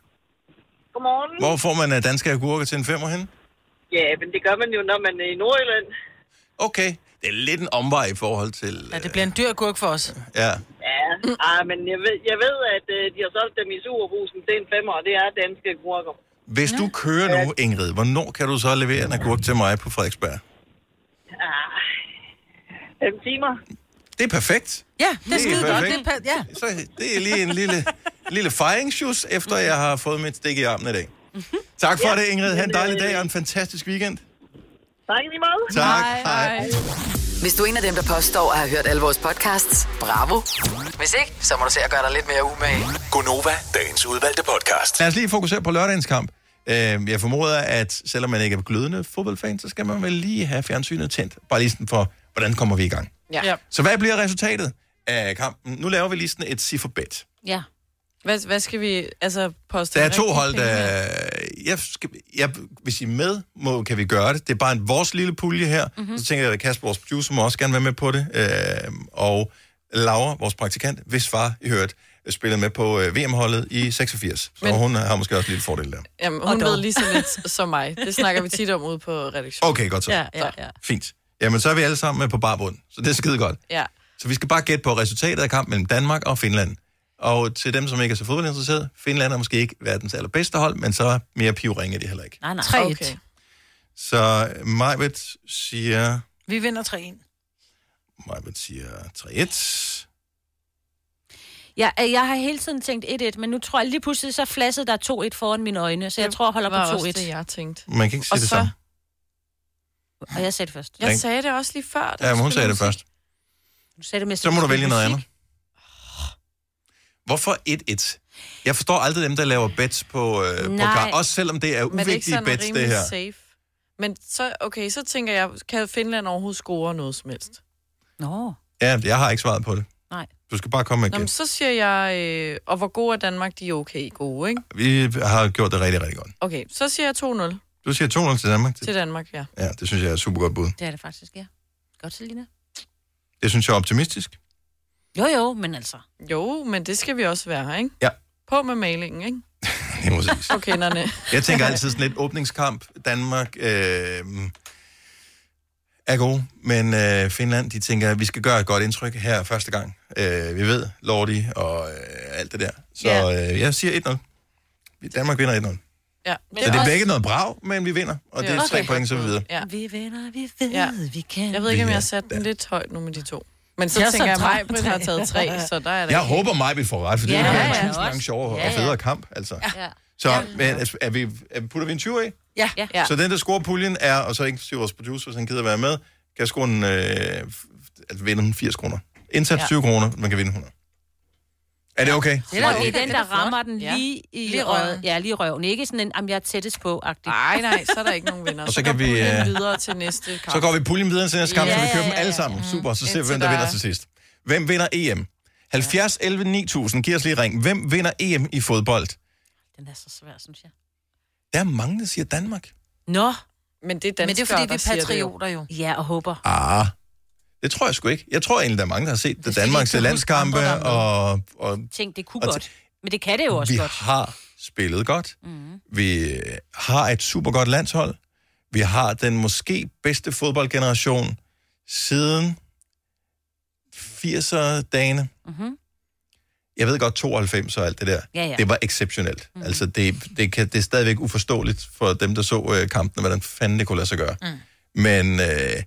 Speaker 13: Godmorgen.
Speaker 1: Hvor får man øh, danske agurker til en femmer hen?
Speaker 13: Ja, men det gør man jo, når man er
Speaker 4: øh,
Speaker 13: i Nordjylland.
Speaker 1: Okay. Det er lidt en omvej i forhold til...
Speaker 2: Ja, det bliver en dyr gurk for os.
Speaker 1: Ja.
Speaker 13: Ja, ah, men jeg ved, jeg ved at øh, de har solgt dem i Superbrugsen til en femmer, og det er danske gurker.
Speaker 1: Hvis du kører nu, Ingrid, hvornår kan du så levere en agurk til mig på Frederiksberg?
Speaker 13: Ah, fem timer.
Speaker 1: Det er perfekt.
Speaker 2: Ja,
Speaker 1: Det er skide godt. perfekt.
Speaker 2: er, ja.
Speaker 1: Så det er lige en lille, lille fejringshus, efter jeg har fået mit stik i armen i dag. Tak for det, Ingrid. Ha' en dejlig dag og en fantastisk weekend.
Speaker 13: Tak lige meget.
Speaker 1: Tak. Hej. Hej.
Speaker 5: Hvis du er en af dem, der påstår at have hørt alle vores podcasts, bravo. Hvis ikke, så må du se at gøre dig lidt mere umage.
Speaker 12: Gonova, dagens udvalgte podcast.
Speaker 1: Lad os lige fokusere på lørdagens kamp. Øh, Jeg formoder, at selvom man ikke er glødende fodboldfan, så skal man vel lige have fjernsynet tændt. Bare lige sådan for, hvordan kommer vi i gang.
Speaker 3: Ja. ja.
Speaker 1: Så hvad bliver resultatet af kampen? Nu laver vi lige sådan et cifferbet.
Speaker 4: Ja.
Speaker 3: Hvad, hvad skal vi altså poste?
Speaker 1: Der er
Speaker 3: rigtige
Speaker 1: to hold,
Speaker 3: penge
Speaker 1: der...
Speaker 3: med?
Speaker 1: Jeg skal, jeg, hvis I er med, må, kan vi gøre det. Det er bare en, vores lille pulje her. Mm-hmm. Så tænker jeg, at Kasper, vores producer, må også gerne være med på det. Øh, og Laura, vores praktikant, hvis far, I hørt, spillede med på øh, VM-holdet i 86. Så Men...
Speaker 3: Men-
Speaker 1: hun har måske også en lille fordel der.
Speaker 3: Jamen,
Speaker 1: Og
Speaker 3: hun
Speaker 1: dog.
Speaker 3: ved lige så lidt som mig. Det snakker vi tit om ude på redaktionen.
Speaker 1: Okay, godt så.
Speaker 3: Ja, ja, ja.
Speaker 1: Fint. Jamen, så er vi alle sammen med på barbund. Så det er skide godt.
Speaker 3: ja.
Speaker 1: Så vi skal bare gætte på resultatet af kampen mellem Danmark og Finland. Og til dem, som ikke er så fodboldinteresseret, Finland er måske ikke verdens allerbedste hold, men så mere pivring er de heller ikke.
Speaker 4: Nej, nej.
Speaker 2: 3-1.
Speaker 4: Okay.
Speaker 1: Så Majbet siger,
Speaker 2: Vi vinder 3-1.
Speaker 1: Majbet siger 3-1.
Speaker 4: Ja, øh, jeg har hele tiden tænkt 1-1, men nu tror jeg lige pludselig, så flassede der 2-1 foran mine øjne, så jeg tror, jeg holder
Speaker 3: var
Speaker 4: på 2-1.
Speaker 3: også det, jeg tænkte.
Speaker 1: Man kan ikke sige
Speaker 4: Og
Speaker 1: det
Speaker 4: så-
Speaker 1: samme.
Speaker 4: Og jeg sagde det først.
Speaker 1: Jeg
Speaker 3: sagde det også lige før.
Speaker 1: Ja, men hun sagde det først.
Speaker 4: Du sagde det
Speaker 3: Altså,
Speaker 4: med
Speaker 1: Så må du vælge noget andet. Hvorfor 1-1? Jeg forstår aldrig dem, der laver bets på, øh, på
Speaker 3: Nej.
Speaker 1: gar- Også selvom det er
Speaker 3: Men er det ikke
Speaker 1: uvigtige
Speaker 3: sådan
Speaker 1: bets,
Speaker 3: rimelig
Speaker 1: det her.
Speaker 3: safe? Men så, okay, så tænker jeg, kan Finland overhovedet score noget som helst?
Speaker 4: Nå.
Speaker 1: Ja, jeg har ikke svaret på det.
Speaker 4: Nej.
Speaker 1: Du skal bare komme med
Speaker 3: Nå,
Speaker 1: et
Speaker 3: men
Speaker 1: gæt.
Speaker 3: så siger jeg, øh, og hvor gode er Danmark, de er okay gode, ikke?
Speaker 1: Vi har gjort det rigtig, rigtig godt.
Speaker 3: Okay, så siger jeg 2-0
Speaker 1: Du siger 2-0 til Danmark.
Speaker 3: til Danmark, ja.
Speaker 1: Ja, det synes jeg er et super godt bud.
Speaker 4: Det er det faktisk, ja. Godt, Selina.
Speaker 1: Det synes jeg er optimistisk.
Speaker 4: Jo, jo, men altså.
Speaker 3: Jo, men det skal vi også være, ikke?
Speaker 1: Ja.
Speaker 3: På med malingen, ikke?
Speaker 1: Lige præcis.
Speaker 3: På kenderne.
Speaker 1: Jeg tænker altid sådan lidt åbningskamp. Danmark øh, er god, men øh, Finland, de tænker, at vi skal gøre et godt indtryk her første gang. Øh, vi ved, Lordi og øh, alt det der. Så
Speaker 3: Ja.
Speaker 1: øh, jeg siger 1-0. Danmark vinder 1-0.
Speaker 3: Ja.
Speaker 1: Så det er begge noget brav, men vi vinder. Og det er tre point, så vi videre.
Speaker 3: Ja.
Speaker 4: Vi vinder, vi ved,
Speaker 3: ja.
Speaker 4: vi kan.
Speaker 3: Jeg ved ikke, om
Speaker 1: Vi
Speaker 3: jeg har
Speaker 1: er
Speaker 3: sat den lidt højt nu med de to. Men så
Speaker 4: Jeg
Speaker 3: jeg
Speaker 4: har
Speaker 3: tænker jeg,
Speaker 4: sat
Speaker 3: at
Speaker 4: tre.
Speaker 3: Majbrit har taget tre, så der er der
Speaker 1: Jeg håber mig, vi får ret, for det
Speaker 3: Ja,
Speaker 1: er
Speaker 3: ja,
Speaker 1: ja,
Speaker 3: ja.
Speaker 1: tusind gange sjovere
Speaker 3: Ja,
Speaker 1: og
Speaker 3: ja.
Speaker 1: federe kamp. Altså.
Speaker 4: Ja.
Speaker 1: Så men, altså, er vi, er, putter vi en 20 i?
Speaker 2: Ja.
Speaker 1: Ja. Så den, der scorer puljen, er, og så inklusive vores producer, hvis han gider være med, kan score en, øh, f- altså vinde en 80 kroner. Indsats
Speaker 4: Ja.
Speaker 1: 20 kroner, man kan vinde 100. Er det okay?
Speaker 4: Det er, og det er den, der rammer den lige i
Speaker 3: Lige i
Speaker 4: røven.
Speaker 3: røven.
Speaker 4: Ja, lige i røven. Ikke sådan en, om jeg er tættest på -agtig.
Speaker 3: Nej, nej, så er der ikke nogen vinder.
Speaker 1: Og så kan vi,
Speaker 3: går
Speaker 1: øh,
Speaker 3: puljen videre til næste kamp.
Speaker 1: Så går vi puljen videre til næste kamp, så vi
Speaker 3: Ja,
Speaker 1: køber
Speaker 3: ja,
Speaker 1: dem alle sammen. Super, så ser vi, hvem
Speaker 3: Indtil
Speaker 1: der
Speaker 3: der
Speaker 1: vinder
Speaker 3: er-
Speaker 1: til sidst. Hvem vinder E EM? 70, 11, 9000. Giv os lige et ring. Hvem vinder EM i fodbold?
Speaker 4: Den er så svær, synes jeg.
Speaker 1: Der er mange, der siger Danmark.
Speaker 4: Nå.
Speaker 3: Men det er
Speaker 2: Men det er,
Speaker 3: danskere,
Speaker 2: fordi vi
Speaker 3: der
Speaker 2: er
Speaker 3: siger det jo.
Speaker 2: patrioter jo.
Speaker 4: Ja, og håber.
Speaker 1: Ah, det tror jeg sgu ikke. Jeg tror egentlig, der er mange, der har set det Danmarks landskampe, og, og
Speaker 4: Tænk, det kunne
Speaker 1: Og t-
Speaker 4: godt. Men det kan det jo også
Speaker 1: vi
Speaker 4: godt. Mhm.
Speaker 1: har spillet godt. Mm. Vi har et super godt landshold. Vi har den måske bedste fodboldgeneration siden 80'er-dagene.
Speaker 4: Mm-hmm.
Speaker 1: Jeg ved godt, 92 og alt det der.
Speaker 4: Ja, Mhm. ja.
Speaker 1: Det var exceptionelt. Mm. Altså, det, det, kan, det er stadigvæk uforståeligt for dem, der så øh, kampen, hvordan fanden det kunne lade sig gøre. Mm. Men øh,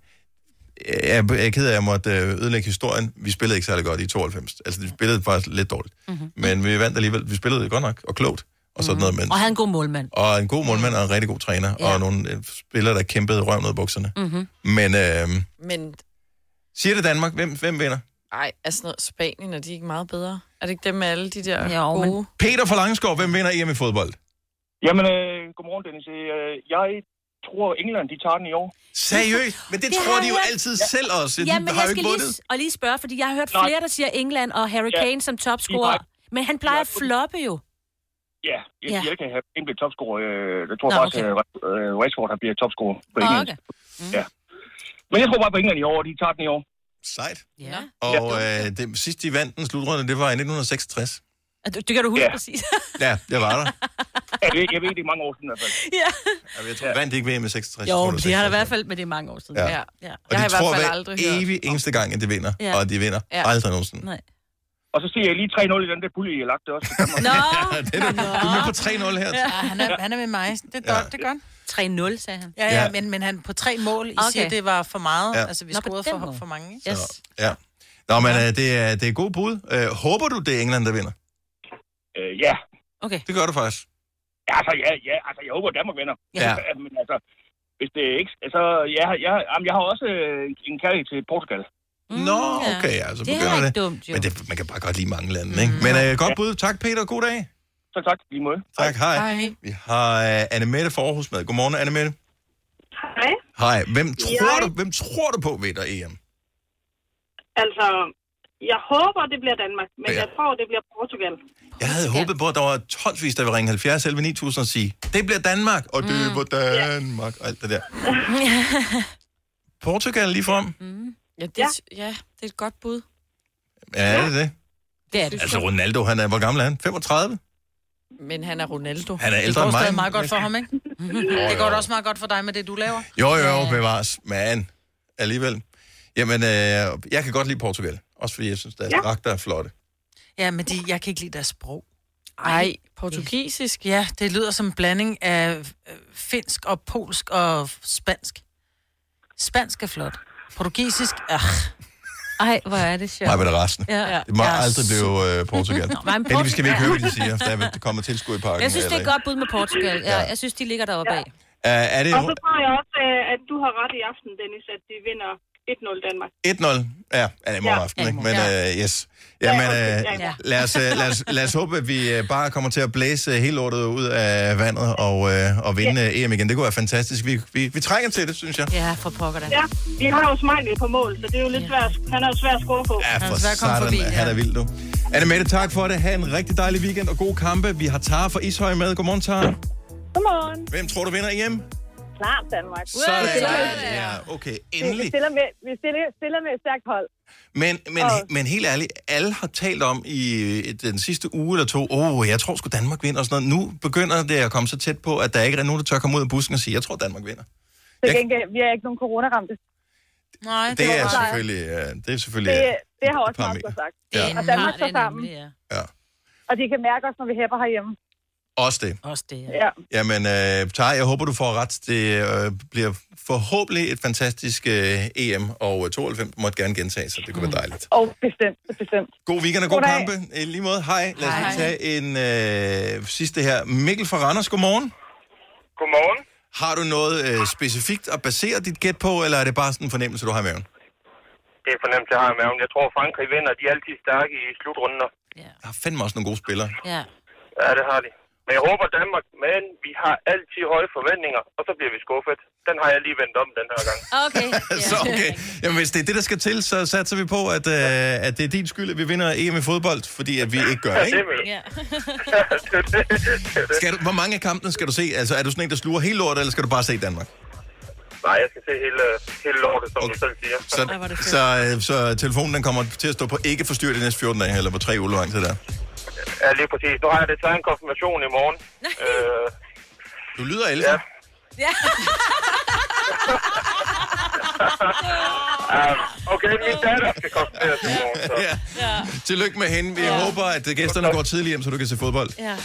Speaker 1: jeg, jeg er ked af, at jeg måtte øh, ødelægge historien. Vi spillede ikke særlig godt i 92. Altså, vi spillede faktisk lidt dårligt. Mm-hmm.
Speaker 4: Mhm.
Speaker 1: Men vi vandt alligevel. Vi spillede godt nok og klogt og sådan noget. Men,
Speaker 4: Og havde en god målmand.
Speaker 1: og en god målmand og en rigtig god træner.
Speaker 4: Ja.
Speaker 1: Og nogle øh, spillere, der kæmpede røven ud af bukserne.
Speaker 4: Mm-hmm.
Speaker 1: Men øh,
Speaker 3: Men
Speaker 1: siger det Danmark, hvem, hvem vinder?
Speaker 3: ej, er sådan noget Spanien, er de ikke meget bedre? Er det ikke dem med alle de der
Speaker 4: jo,
Speaker 3: gode?
Speaker 1: Peter fra Langskov, hvem vinder EM i fodbold?
Speaker 14: Jamen, øh, godmorgen, Dennis. Øh, jeg tror, England, de tager den i år.
Speaker 1: Seriøst? Men det, tror de jo altid selv også. De
Speaker 4: Ja, men
Speaker 1: har
Speaker 4: jeg
Speaker 1: jo
Speaker 4: skal
Speaker 1: ikke
Speaker 4: lige,
Speaker 1: vundet.
Speaker 4: s- og lige spørge, fordi jeg har hørt
Speaker 1: Nej.
Speaker 4: flere, der siger England og Harry
Speaker 14: Ja.
Speaker 4: Kane som topscorer.
Speaker 14: Lige
Speaker 4: Men han plejer at floppe jo.
Speaker 14: Ja, jeg
Speaker 4: Ja.
Speaker 14: siger ikke, at han bliver topscorer. Øh, Jeg tror
Speaker 4: Nå,
Speaker 14: Nå, faktisk,
Speaker 4: okay.
Speaker 14: at øh, Rashford han bliver topscorer på
Speaker 4: Åh,
Speaker 14: England.
Speaker 4: okay.
Speaker 14: Mm. Ja. Men jeg tror bare på England i år, og de tager den i år.
Speaker 1: Sejt.
Speaker 4: Ja.
Speaker 1: Og øh, det, sidst de vandt den slutrunde, det var i 1966.
Speaker 4: Og Det, det kan du huske
Speaker 1: Ja.
Speaker 4: ja. præcis.
Speaker 1: Ja, jeg var der.
Speaker 14: Jeg ved, jeg ved det er mange år siden i hvert fald.
Speaker 4: ja.
Speaker 1: Jamen, Jeg tror, ja. vandt ikke VM i 66.
Speaker 4: Jo,
Speaker 1: tror,
Speaker 4: men
Speaker 1: det var
Speaker 4: det har der i
Speaker 1: 66.
Speaker 4: hvert fald, men det er mange år siden.
Speaker 1: Ja.
Speaker 4: ja. ja.
Speaker 1: Og de tror hver evig eneste gang, at de vinder.
Speaker 4: Ja.
Speaker 1: Ja. Og de vinder
Speaker 4: Ja.
Speaker 1: ja. aldrig nogensinde.
Speaker 4: Nej.
Speaker 14: Og så siger jeg lige 3-0 i den der pulje, I har lagt det også.
Speaker 4: Nå,
Speaker 1: Ja, det er, du, du er med på 3-0 her.
Speaker 2: Ja, han er, han er med mig. Det er
Speaker 1: Ja.
Speaker 2: godt, det er godt.
Speaker 4: 3-0, sagde han.
Speaker 2: Ja, ja,
Speaker 1: Ja.
Speaker 2: men, men han på tre mål, I okay.
Speaker 4: Okay.
Speaker 2: siger, det var for meget.
Speaker 1: Ja.
Speaker 2: Ja. Altså, vi
Speaker 4: Nå, på
Speaker 2: scorede
Speaker 4: den
Speaker 2: for,
Speaker 4: måde.
Speaker 2: for mange.
Speaker 4: Yes.
Speaker 1: Ja. Nå, men øh, det er, det er god bud. Øh, håber du, det er England, der vinder?
Speaker 14: Øh, ja.
Speaker 4: Okay.
Speaker 1: Det gør du faktisk.
Speaker 14: Ja, altså, ja, ja, altså, jeg håber, at Danmark vinder.
Speaker 1: Ja.
Speaker 14: Men altså, Hvis det ikke... Altså, jeg, har- jeg, har- jamen, jeg har også øh, en kærlighed til Portugal.
Speaker 1: Nå, okay, altså
Speaker 14: Mm, Det er
Speaker 1: begynder
Speaker 14: ikke
Speaker 1: det.
Speaker 14: dumt, jo. Mm.
Speaker 1: Men det, man kan bare godt lide mange lande, ikke? Men øh, godt bud. Tak, Peter. God dag.
Speaker 14: Så tak, lige måde.
Speaker 1: Tak, hej.
Speaker 2: hej.
Speaker 1: Vi har øh, Annemette fra Aarhus med. Godmorgen, Annemette.
Speaker 15: Hej.
Speaker 1: Hej. Hvem tror,
Speaker 15: Jeg-
Speaker 1: du, hvem tror du på vinder E EM?
Speaker 15: Altså, jeg håber, det bliver Danmark, men
Speaker 1: Ja.
Speaker 15: jeg tror, det bliver Portugal.
Speaker 1: Jeg havde håbet på, at der var tonsvis, der ville ringe 70 11 9000 og sige, det bliver Danmark, og det var Danmark, og alt det der. Portugal lige frem.
Speaker 3: Mm. Ja, det, ja. ja, det er et godt bud.
Speaker 1: Ja, er det det?
Speaker 4: Det er
Speaker 1: Altså Ronaldo, han er, hvor gammel er han? 35?
Speaker 3: Men han er Ronaldo.
Speaker 1: Han er
Speaker 2: Det
Speaker 1: ældre
Speaker 2: går
Speaker 1: end mig.
Speaker 2: stadig meget godt for ham, ikke?
Speaker 4: Mm-hmm.
Speaker 2: Det går da også meget godt for dig med det, du laver.
Speaker 1: Jo, jo, bevares. Men alligevel. Jamen, øh, jeg kan godt lide Portugal. Også fordi jeg synes, deres
Speaker 2: Ja.
Speaker 1: ja. dragter er flotte.
Speaker 2: Ja, men de, jeg kan ikke lide deres sprog.
Speaker 3: Ej, portugisisk?
Speaker 2: Ja, det lyder som en blanding af øh, finsk og polsk og spansk. Spansk er flot. Portugisisk, ah.
Speaker 4: Ej, hvor er det sjovt.
Speaker 1: Mig ved det resten.
Speaker 4: Ja.
Speaker 1: Det må
Speaker 4: Jeg er
Speaker 1: aldrig blive øh, Portugal.
Speaker 4: Nå, men
Speaker 1: Heldigvis skal vi ikke
Speaker 4: Portugal-
Speaker 1: høre, hvad de siger, for der vil- der kommer tilskud i parken.
Speaker 4: Jeg synes, det er et
Speaker 1: eller-
Speaker 4: godt bud med Portugal. Ja, jeg synes, de ligger deroppe af.
Speaker 1: Øh, er det
Speaker 15: Og så tror jeg også, øh, at du har ret i aften, Dennis, at de vinder 1-0 Danmark.
Speaker 1: 1-0? Ja, ja, det er morgen aften, ikke? Men øh, yes. Jamen, øh,
Speaker 15: Ja.
Speaker 1: lad, os, øh, lad, os, lad os håbe, at vi øh, bare kommer til at blæse øh, hele lortet ud af vandet og, øh, og vinde øh, EM igen. Det kunne være fantastisk. Vi, vi, vi trænger til det, synes jeg.
Speaker 4: Ja, for pokker da.
Speaker 15: Ja, vi har jo Smeichel på mål, så det er jo lidt svært. Han er jo svær at score på.
Speaker 1: Ja, for satan, forbi, ja. han er vild, du. Anne Mette, tak for det. Ha' en rigtig dejlig weekend og gode kampe. Vi har Tara fra Ishøj med. Godmorgen, Tara.
Speaker 16: Godmorgen.
Speaker 1: Hvem tror du vinder EM?
Speaker 16: Klart Danmark.
Speaker 1: Sådan.
Speaker 16: Vi stiller med-
Speaker 1: Ja, okay,
Speaker 16: Vi
Speaker 1: endelig.
Speaker 16: stiller med, vi stiller, stiller med et stærkt hold.
Speaker 1: Men, men, men helt ærligt, alle har talt om i den sidste uge eller to, åh, oh, jeg tror sgu Danmark vinder og sådan noget. Nu begynder det at komme så tæt på, at der ikke er nogen, der tør komme ud af busken og sige, jeg tror Danmark vinder.
Speaker 16: Til gengæld, vi er ikke nogen coronaramte.
Speaker 2: Nej,
Speaker 1: Det er selvfølgelig, ja, det er selvfølgelig
Speaker 16: Det,
Speaker 1: ja,
Speaker 16: det har også
Speaker 1: parameter.
Speaker 16: Mark sagt.
Speaker 1: Ja.
Speaker 16: Og Danmark
Speaker 4: har
Speaker 16: står
Speaker 4: det
Speaker 16: sammen.
Speaker 4: ja.
Speaker 1: Ja.
Speaker 16: Og de kan mærke os, når vi hæpper herhjemme.
Speaker 1: også det.
Speaker 4: Også det,
Speaker 16: Ja.
Speaker 1: Jamen, øh, Tar, jeg håber, du får ret. Det øh, bliver forhåbentlig et fantastisk øh, EM, og øh, 92 måtte gerne gentage, så det kunne være dejligt.
Speaker 16: Og bestemt, bestemt.
Speaker 1: God weekend og god kampe. I lige måde, hej. Lad os lige tage en øh, sidste her. Mikkel fra Randers, godmorgen.
Speaker 17: Godmorgen.
Speaker 1: Har du noget øh, specifikt at basere dit gæt på, eller er det bare sådan en fornemmelse, du har i maven?
Speaker 17: Det er fornemt, jeg har i maven. Jeg tror, Frankrig vinder. De er altid stærke i slutrunder.
Speaker 1: Jeg har fandme også nogle gode spillere.
Speaker 4: Ja.
Speaker 17: Ja, det har de. Men jeg håber Danmark, men vi har altid høje forventninger, og så bliver vi skuffet. Den har jeg lige vendt om den her gang.
Speaker 4: Okay.
Speaker 1: så okay. Jamen, hvis det er det, der skal til, så satser vi på, at, øh, at det er din skyld, at vi vinder EM i fodbold, fordi at vi ikke gør det. Ikke?
Speaker 17: Ja.
Speaker 1: Skal du, hvor mange af kampene skal du se? Altså, er du sådan en, der sluger hele lortet, eller skal du bare se Danmark?
Speaker 17: Nej, jeg skal se hele, hele lortet, som okay. du selv siger.
Speaker 1: Så, så, øh, så telefonen den kommer til at stå på ikke forstyrre de næste 14 dage, eller på tre uger lang tid der.
Speaker 17: Ja, lige præcis. Nu har jeg det taget en konfirmation i morgen. Øh,
Speaker 1: Du lyder ældre. Ja.
Speaker 4: Ja.
Speaker 17: øh, okay, min datter skal konfirmeres i morgen. Så.
Speaker 1: Ja. Tillykke med hende. Vi håber, at gæsterne går tidligt hjem, så du kan se fodbold.
Speaker 4: Ja.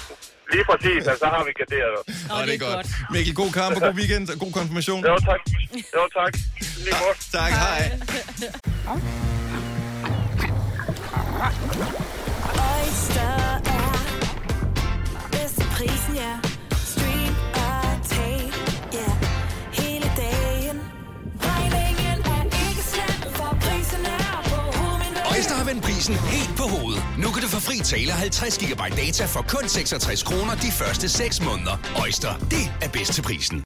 Speaker 17: Lige præcis,
Speaker 8: altså,
Speaker 17: og så har vi garderet.
Speaker 1: Nå, det er godt. Mikkel, god kamp og god weekend og god konfirmation.
Speaker 17: Jo, tak. Jo, tak. Lige godt.
Speaker 1: Tak, hej.
Speaker 7: Oyster er bedst til prisen, ja. Stream og tag, ja. Hele dagen. Regningen er ikke slem, for prisen er på
Speaker 18: Øjster har vendt prisen helt på hovedet. Nu kan du få fri tale 50 GB data for kun 66 kroner de første 6 måneder. Øjster, det er bedst til prisen.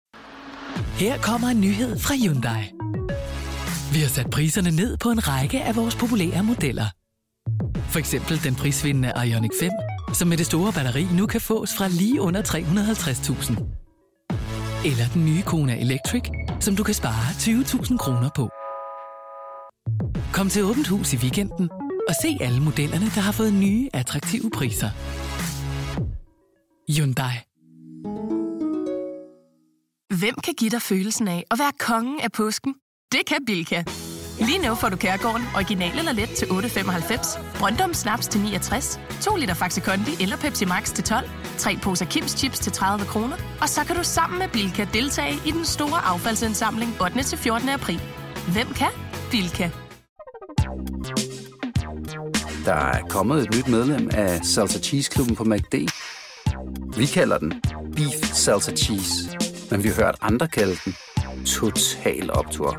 Speaker 19: Her kommer en nyhed fra Hyundai. Vi har sat priserne ned på en række af vores populære modeller. For eksempel den prisvindende Ioniq 5, som med det store batteri nu kan fås fra lige under 350.000. Eller den nye Kona Electric, som du kan spare 20.000 kroner på. Kom til Åbent Hus i weekenden og se alle modellerne, der har fået nye, attraktive priser. Hyundai.
Speaker 20: Hvem kan give dig følelsen af at være kongen af påsken? Det kan Bilka! Lige nu får du Kærgården original eller let til 8.95, Brøndum Snaps til 69, 2 liter Faxi Kondi eller Pepsi Max til 12, 3 poser Kims Chips til 30 kroner, og så kan du sammen med Bilka deltage i den store affaldsindsamling 8. til 14. april. Hvem kan? Bilka.
Speaker 21: Der er kommet et nyt medlem af Salsa Cheese Klubben på MACD. Vi kalder den Beef Salsa Cheese, men vi har hørt andre kalde den total optur.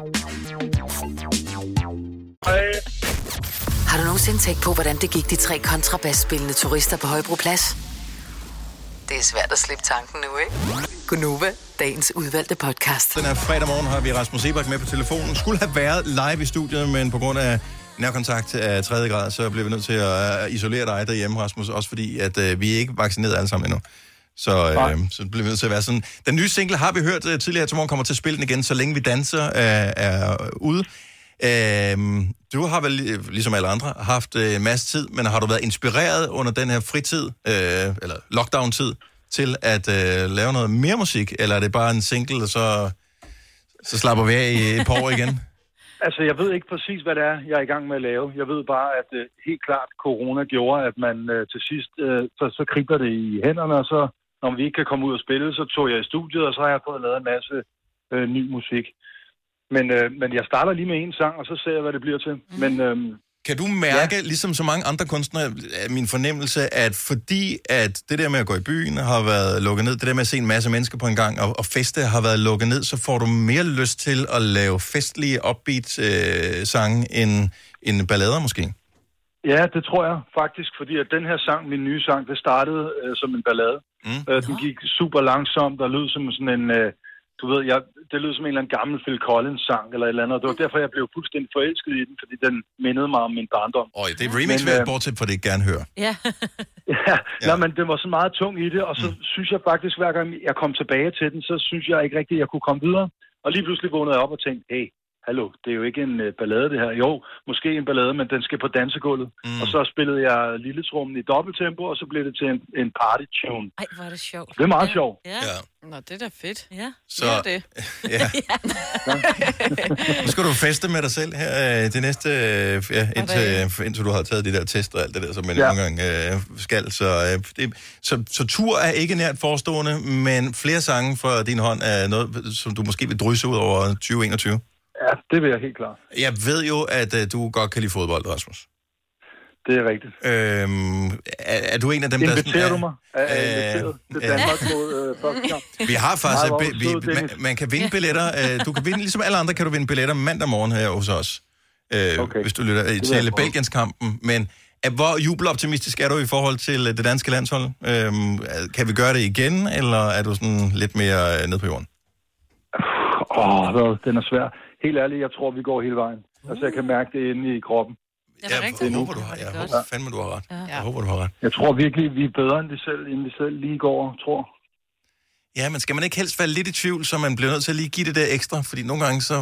Speaker 5: Har du nogensinde tænkt på, hvordan det gik de tre kontrabasspillende turister på Højbroplads? Det er svært at slippe tanken nu, ikke? Gunova, dagens udvalgte podcast.
Speaker 1: Den her fredag morgen har vi Rasmus Sebak med på telefonen. Skulle have været live i studiet, men på grund af nærkontakt af 3. grad, så bliver vi nødt til at øh, isolere dig derhjemme, Rasmus. Også fordi, at øh, vi er ikke vaccineret alle sammen endnu. Så, øh, så bliver vi nødt til at være sådan. Den nye single har vi hørt øh, tidligere, til morgen kommer til at spille den igen, så længe vi danser øh, er ude. Øh, du har vel, øh, ligesom alle andre, haft øh, en masse tid, men har du været inspireret under den her fritid, øh, eller lockdown-tid, til at øh, lave noget mere musik, eller er det bare en single, og så, så slapper vi af i et par år igen?
Speaker 8: Altså, jeg ved ikke præcis, hvad det er, jeg er i gang med at lave. Jeg ved bare, at øh, helt klart corona gjorde, at man øh, til sidst, øh, så, så kribler det i hænderne, og så når vi ikke kan komme ud og spille, så tog jeg i studiet, og så har jeg fået lavet en masse øh, ny musik. Men, øh, men jeg starter lige med en sang, og så ser jeg, hvad det bliver til. Men, øh,
Speaker 1: Kan du mærke, ja. ligesom så mange andre kunstnere, er min fornemmelse, at fordi at det der med at gå i byen har været lukket ned, det der med at se en masse mennesker på en gang, og, og feste har været lukket ned, så får du mere lyst til at lave festlige upbeat-sange end, end ballader måske?
Speaker 8: ja, det tror jeg faktisk, fordi at den her sang, min nye sang, det startede øh, som en ballade. Mm. Øh, den gik super langsomt og lød som sådan en... Øh, du ved, jeg, det lød som en eller anden gammel Phil Collins-sang eller et eller andet, og det var derfor, jeg blev fuldstændig forelsket i den, fordi den mindede mig om min barndom.
Speaker 1: Og det er et remix, men, øh, bortset fra det, jeg gerne hører.
Speaker 4: Ja.
Speaker 8: Ja, ja. Nej, men det var så meget tung i det, og så mm. synes jeg faktisk, hver gang jeg kom tilbage til den, så synes jeg ikke rigtigt, at jeg kunne komme videre. Og lige pludselig vågnede jeg op og tænkte, hey, hallo, det er jo ikke en øh, ballade det her. Jo, måske en ballade, men den skal på dansegulvet. Mm. Og så spillede jeg Lilletrummen i dobbelttempo, og så blev det til en, en party-tune.
Speaker 4: Ej, hvor er det sjovt.
Speaker 8: Det er meget sjovt.
Speaker 4: Ja.
Speaker 1: ja.
Speaker 3: Nå, det er da fedt.
Speaker 4: Ja.
Speaker 1: Så-
Speaker 3: ja, det.
Speaker 1: Ja. Nu skal du feste med dig selv her øh, det næste, øh, ja, indtil, øh, indtil du har taget de der tester og alt det der, som man ja.
Speaker 8: Ja.
Speaker 1: nogle gange øh, skal. Så, øh, det, så, så tur er ikke nært forestående, men flere sange fra din hånd er noget, som du måske vil drysse ud over 2021.
Speaker 8: Ja, det vil jeg helt klart.
Speaker 1: Jeg ved jo, at øh, du godt kan lide fodbold, Rasmus.
Speaker 8: Det er rigtigt.
Speaker 1: Øhm, er, er du en af dem, der... sådan
Speaker 8: Inviterer
Speaker 1: er-
Speaker 8: du mig? Er, er inviteret til
Speaker 1: øh,
Speaker 8: Danmark mod øh, første kamp?
Speaker 1: Vi har faktisk...
Speaker 8: Meget
Speaker 1: be-
Speaker 8: overstået,
Speaker 1: vi, man,
Speaker 8: Dennis.
Speaker 1: man kan vinde billetter. Øh, du kan vinde, ligesom alle andre, kan du vinde billetter mandag morgen her hos os. Øh, okay. Hvis du lytter øh,
Speaker 8: jeg
Speaker 1: til
Speaker 8: prøve.
Speaker 1: Belgienskampen. Men øh, hvor jubeloptimistisk er du i forhold til øh, det danske landshold? Øh, kan vi gøre det igen, eller er du sådan lidt mere øh, ned på jorden?
Speaker 8: Åh, oh, den er svær. Helt ærligt, jeg tror, vi går hele vejen. Altså, jeg kan mærke det inde i kroppen.
Speaker 1: Jeg håber, du har, jeg håber fandme, du har ret. Jeg håber, du har ret.
Speaker 8: Jeg tror virkelig, vi er bedre end vi selv, end vi selv lige går, tror.
Speaker 1: Ja, men skal man ikke helst være lidt i tvivl, så man bliver nødt til at lige give det der ekstra? Fordi nogle gange, så,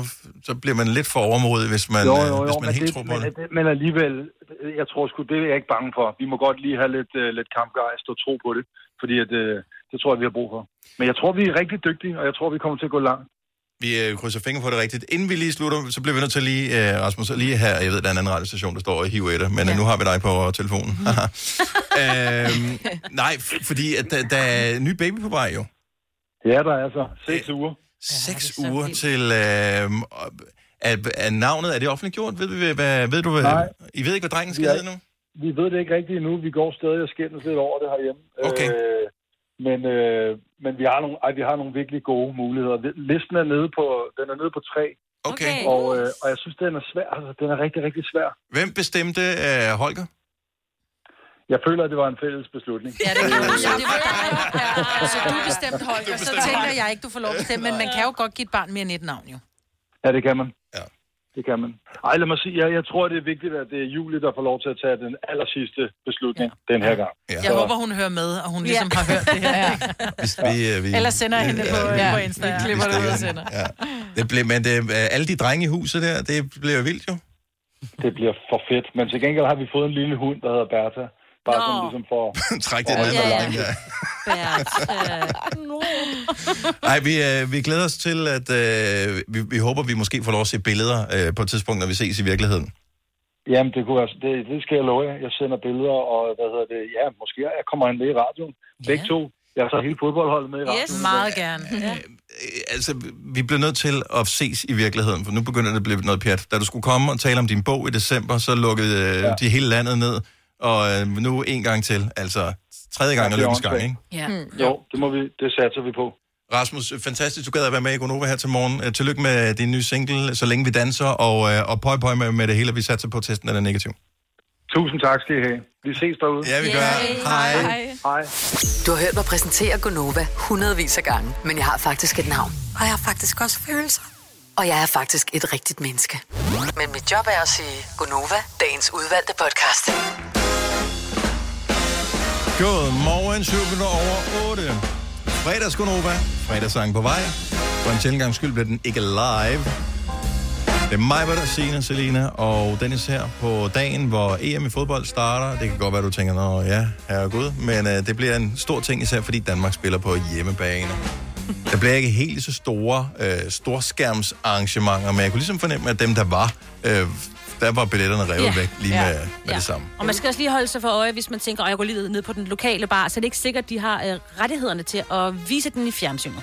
Speaker 1: så bliver man lidt for overmodig, hvis man, jo, jo, jo, øh, hvis man
Speaker 8: men,
Speaker 1: helt
Speaker 8: det,
Speaker 1: tror på
Speaker 8: men,
Speaker 1: det.
Speaker 8: det, men alligevel, øh, jeg tror sgu, det er jeg ikke bange for. Vi må godt lige have lidt, uh, lidt kampgejst og tro på det, fordi at, uh, det tror jeg, vi har brug for. Men jeg tror, vi er rigtig dygtige, og jeg tror, vi kommer til at gå langt.
Speaker 1: Vi øh, krydser fingre for det rigtigt. Inden vi lige slutter, så bliver vi nødt til at lige, øh, Rasmus, at lige her, jeg ved, der er en anden radiostation, der står og hiver etter, men ja. nu har vi dig på telefonen. øhm, nej, f- fordi at øh, der, der er en ny baby på vej jo.
Speaker 8: Ja, der er så. Seks uger.
Speaker 1: Seks uger til... Øh, er, er navnet, er det offentliggjort? Ved, vi, hvad, ved du, hvad,
Speaker 8: Nej.
Speaker 1: I ved ikke, hvad drengen skal
Speaker 8: Vi er-
Speaker 1: hedde nu?
Speaker 8: Vi ved det ikke rigtigt endnu. Vi går stadig og skændes lidt over det herhjemme.
Speaker 1: Okay.
Speaker 8: Øh, men øh, men vi, har nogle, ej, vi har nogle virkelig gode muligheder. Listen er nede på, den er nede på tre.
Speaker 1: Okay.
Speaker 8: Og, øh, og jeg synes, den er svær. Altså, den er rigtig, rigtig svær.
Speaker 1: Hvem bestemte øh, Holger?
Speaker 8: Jeg føler, at det var en fælles beslutning. Øh,
Speaker 2: Ja, det kan du sige. Det var dig. Ja. Så du bestemte Holger, så tænker jeg ikke, du får lov at bestemme, men man kan jo godt give et barn mere end et navn, jo.
Speaker 8: Ja, det kan man.
Speaker 1: Ja.
Speaker 8: Det kan man. Ej, lad mig sige, jeg, jeg tror, det er vigtigt, at det er Julie, der får lov til at tage den aller sidste beslutning ja. den her gang. Ja.
Speaker 2: Jeg håber, hun hører med, og hun ligesom har hørt det her.
Speaker 1: Hvis vi, øh, vi,
Speaker 2: Ellers sender jeg hende det på,
Speaker 1: ja,
Speaker 2: på Insta. Vi klipper
Speaker 1: det ud og sender. Det blev, men det, øh, alle de drenge i huset der, det blev jo vildt jo.
Speaker 8: Det bliver for fedt. Men til gengæld har vi fået en lille hund, der hedder Bertha. Bare Nå. sådan ligesom for...
Speaker 1: Træk den
Speaker 8: for
Speaker 1: ned
Speaker 8: at
Speaker 1: ad
Speaker 8: holde
Speaker 1: vejen,
Speaker 8: mig
Speaker 1: ja.
Speaker 8: langt.
Speaker 1: Nej, vi, øh, vi glæder os til, at øh, vi, vi håber, vi måske får lov at se billeder øh, på et tidspunkt, når vi ses i virkeligheden.
Speaker 8: Jamen, det, kunne, altså, det, det skal jeg love jer. Jeg sender billeder, og hvad hedder det? Ja, måske jeg kommer han med i radioen. Begge to. Jeg tager hele fodboldholdet med i radioen.
Speaker 2: Yes, meget gerne. Ja.
Speaker 1: Øh, Altså, vi bliver nødt til at ses i virkeligheden, for nu begynder det at blive noget pjat. Da du skulle komme og tale om din bog i december, så lukkede øh, ja. de hele landet ned, og øh, nu en gang til. Altså, tredje gang
Speaker 8: Ja,
Speaker 1: er
Speaker 8: det er
Speaker 1: lykkens gang,
Speaker 8: åndssvagt.
Speaker 1: ikke?
Speaker 8: Jo, det, må vi, det satser vi på.
Speaker 1: Rasmus, fantastisk, du gad at være med i Gonova her til morgen. Øh, Tillykke med din nye single, Så længe vi danser, og, øh, og pøj pøj med, med det hele, vi satser på, at testen den er negativ.
Speaker 8: Tusind tak skal I have. Vi ses derude.
Speaker 1: Ja, vi gør.
Speaker 8: Yay.
Speaker 1: Hej.
Speaker 8: Hej.
Speaker 5: Du har hørt mig præsentere Gonova hundredvis af gange, men jeg har faktisk et navn.
Speaker 22: Og jeg har faktisk også følelser.
Speaker 5: Og jeg er faktisk et rigtigt menneske. Men mit job er at sige Gonova, dagens udvalgte podcast.
Speaker 1: Godmorgen, 7 minutter over 8. Fredags Gonova. Fredagssang på vej. For en sjældent gang skyld bliver den ikke live. Det er mig, hvad der Signe, Selina og Dennis her på dagen, hvor EM i fodbold starter. Det kan godt være, du tænker, nå ja, herregud. Men øh, det bliver en stor ting, især fordi Danmark spiller på hjemmebane. Der bliver ikke helt så store øh, storskærmsarrangementer, men jeg kunne ligesom fornemme, at dem, der var, øh, der var billetterne revet
Speaker 4: Ja.
Speaker 1: væk lige med,
Speaker 4: Ja.
Speaker 1: med det samme.
Speaker 4: Og man skal også lige holde sig for øje, hvis man tænker, at jeg går lige ned på den lokale bar, så det er ikke sikkert, at de har øh, rettighederne til at vise den i fjernsynet.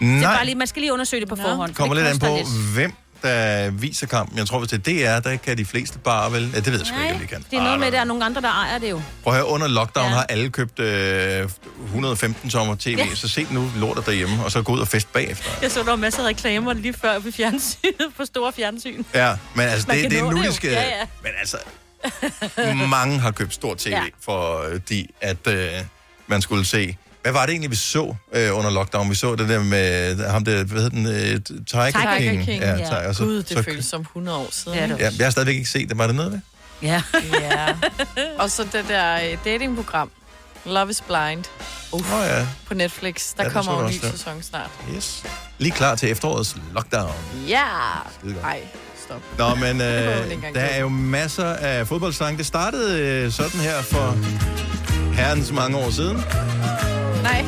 Speaker 4: Det er
Speaker 1: Nej.
Speaker 4: bare lige, man skal lige undersøge det på forhånd. for
Speaker 1: kommer
Speaker 4: det
Speaker 1: lidt an
Speaker 4: koster
Speaker 1: på, hvem der viser kampen. Jeg tror, hvis det er DR, der kan de fleste bare vel... Ja, det ved jeg sgu ikke, om de kan. Ah,
Speaker 4: Nej, det er noget med, at der er nogle andre, der ejer det jo.
Speaker 1: Prøv at høre, under lockdown ja. har alle købt øh, 115 tommer tv, ja.
Speaker 4: Ja.
Speaker 1: så se nu lortet derhjemme, og så gå ud og fest bagefter.
Speaker 4: Jeg så, der var masser af reklamer lige før på fjernsynet, på store fjernsyn.
Speaker 1: Ja, men altså,
Speaker 4: Man
Speaker 1: det,
Speaker 4: kan
Speaker 1: det er
Speaker 4: nå det
Speaker 1: nu, de
Speaker 4: jo.
Speaker 1: skal...
Speaker 4: Ja, ja.
Speaker 1: Men altså, mange har købt stor tv, ja.
Speaker 4: Ja.
Speaker 1: fordi at øh, man skulle se... Hvad var det egentlig, vi så øh, under lockdown? Vi så det der med ham der, hvad hed den? Øh, Tiger,
Speaker 3: Tiger King.
Speaker 1: Ja, Tiger, og så,
Speaker 3: Gud, det
Speaker 1: så,
Speaker 3: føles som 100 år siden.
Speaker 1: Ja,
Speaker 3: ikke?
Speaker 1: jeg har stadigvæk ikke set det. Var det nede ved?
Speaker 4: Ja.
Speaker 3: ja. Og så det der øh, datingprogram, Love is Blind. Uff,
Speaker 1: Nå ja.
Speaker 3: På Netflix. Der
Speaker 1: Ja,
Speaker 3: ja,
Speaker 1: det
Speaker 3: kommer
Speaker 1: så
Speaker 3: jo
Speaker 1: du
Speaker 3: en ny
Speaker 1: også der.
Speaker 3: sæson snart.
Speaker 1: Yes. Lige klar til efterårets lockdown.
Speaker 3: Ja!
Speaker 1: Skidegodt.
Speaker 3: Ej, stop.
Speaker 1: Nå, men øh,
Speaker 3: Det var jo dengang
Speaker 1: der er jo masser af fodboldsange. Det startede øh, sådan her for herrens mange år siden.
Speaker 3: Nej.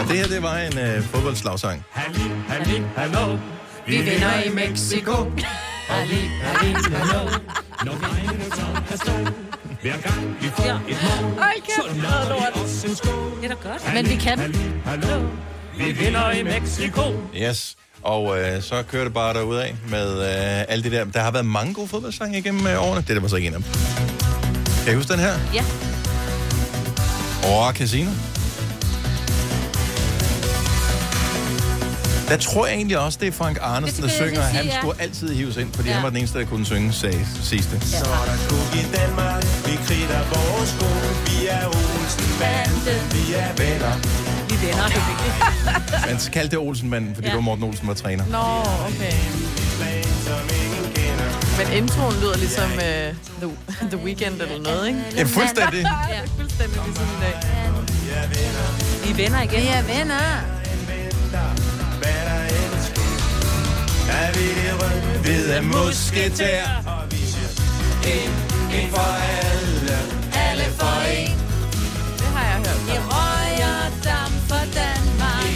Speaker 1: Og det her, det var en øh, fodboldslagsang.
Speaker 7: Halli, halli, hallo.
Speaker 1: Vi vinder i
Speaker 7: Mexico. Halli, halli, hallo. Når vejene tom er stå. Hver gang vi får et mål,
Speaker 4: Ej, kæft,
Speaker 7: så lader vi os en skål.
Speaker 4: Det er da godt. Men vi kan.
Speaker 7: Hallo. Vi vinder i Mexico.
Speaker 1: Yes. Og øh, så kører det bare derudad med øh, alt det der. Der har været mange gode fodboldsange igennem øh, årene. Det der var så ikke en af dem. Kan I huske den her?
Speaker 4: Ja.
Speaker 1: Over Casino. Der tror jeg egentlig også, det er Frank Arnesen, der
Speaker 7: Det skal jeg
Speaker 1: synger.
Speaker 7: lige sige,
Speaker 1: Han
Speaker 7: ja.
Speaker 1: skulle altid hives ind, fordi han var den eneste, der kunne synge sag- sidste.
Speaker 7: Så er der kug i Danmark, vi kritter vores sko. Vi er Olsen Bande, vi er venner.
Speaker 4: Vi venner, det er vigtigt.
Speaker 1: Man kaldte det Olsenmanden, fordi
Speaker 3: Ja.
Speaker 1: det var Morten Olsen, der var træner.
Speaker 3: Nå, okay. Men introen lyder ligesom uh, the, the Weekend eller noget, ikke?
Speaker 1: Ja, fuldstændig.
Speaker 3: ja, fuldstændig ligesom i dag.
Speaker 4: Vi er venner igen.
Speaker 23: Vi er venner.
Speaker 7: Er vi det rød-hvide musketær? Og vi siger, en, en for alle, alle for en.
Speaker 3: Det har jeg hørt.
Speaker 4: Vi røger dam for Danmark.